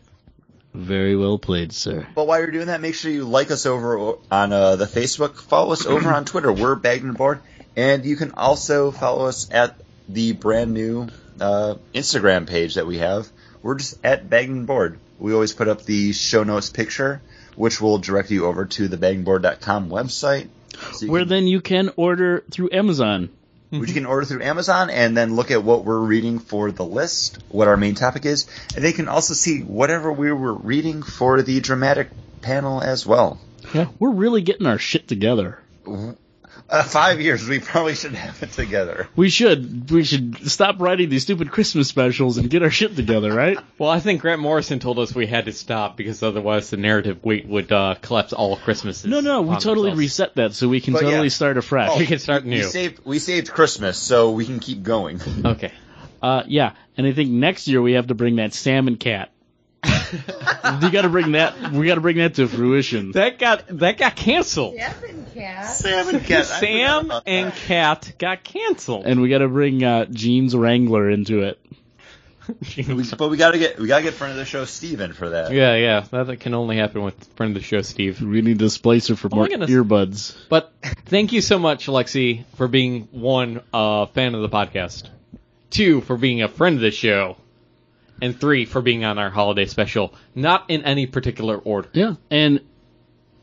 B: Very well played, sir.
A: But while you're doing that, make sure you like us over o- on uh, the Facebook. Follow us over on Twitter. We're Bagged and Board, and you can also follow us at the brand new uh, Instagram page that we have. We're just at Bagged and Board. We always put up the show notes picture, which will direct you over to the baggedandboard.com website. So you
B: Where
A: can-
B: then you can order through Amazon.
A: which you can order through Amazon and then look at what we're reading for the list, what our main topic is, and they can also see whatever we were reading for the dramatic panel as well.
B: We're really getting our shit together.
A: Uh, five years, we probably should have it together.
B: We should we should stop writing these stupid Christmas specials and get our shit together, right?
C: Well, I think Grant Morrison told us we had to stop because otherwise the narrative weight would uh, collapse all Christmases.
B: No, no, we
C: on
B: totally
C: themselves.
B: reset that so we can
A: But
B: totally
A: yeah.
B: start afresh.
A: Oh.
C: We can start
A: We
C: new.
A: saved, we saved Christmas, so we can keep going.
C: Okay.
B: Uh, yeah, and I think next year we have to bring that salmon cat. you got to bring that. We got to bring that to fruition.
C: That got that got canceled.
D: Seven cats.
A: Sam and Cat.
C: Sam and Cat got canceled.
B: And we got to bring uh, Jeans Wrangler into it.
A: But we gotta get we gotta get friend of the show Steven for that.
C: yeah, yeah, that, that can only happen with friend of the show Steve.
B: We need to splice her for
C: my
B: more
C: goodness.
B: earbuds.
C: But thank you so much, Lexi, for being one uh, fan of the podcast, two for being a friend of the show, and three for being on our holiday special. Not in any particular order.
B: Yeah, and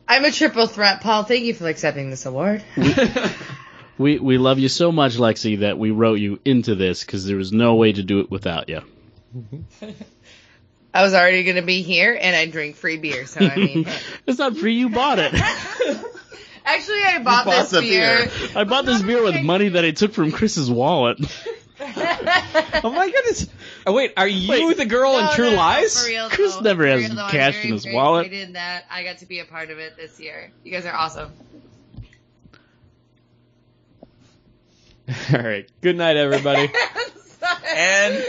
D: I'm a triple threat, Paul. Thank you for accepting this award.
B: we we love you so much, Lexi, that we wrote you into this because there was no way to do it without you.
D: I was already going to be here, and I drink free beer, so I mean.
B: It's not free. You bought it.
D: Actually, I bought,
A: bought
D: this
A: the
D: beer.
A: beer.
B: I bought this beer with money that I took from Chris's wallet.
C: Oh my goodness! Oh, wait, are you
B: Wait.
C: the girl
D: No,
C: in True
D: Oh, no, no,
C: Lies?
D: for real,
B: Chris
D: though.
B: never
D: For
B: has
D: real, though, I'm
B: cash
D: very
B: in his
D: grateful
B: wallet.
D: I did that. I got to be a part of it this year. You guys are awesome.
C: All right. Good night, everybody.
A: And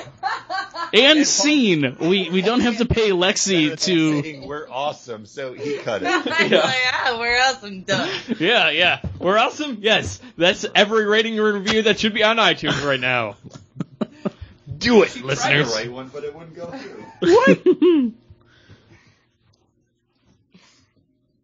B: And scene. We we don't have to pay Lexi to.
A: saying we're awesome, so he cut
D: I'm
A: it.
D: like, ah, where else? I'm done.
C: yeah, yeah. We're awesome. Yes, that's every rating and review that should be on iTunes right now. Do it,
A: Tried to
C: listeners.
A: write one, but it wouldn't go through.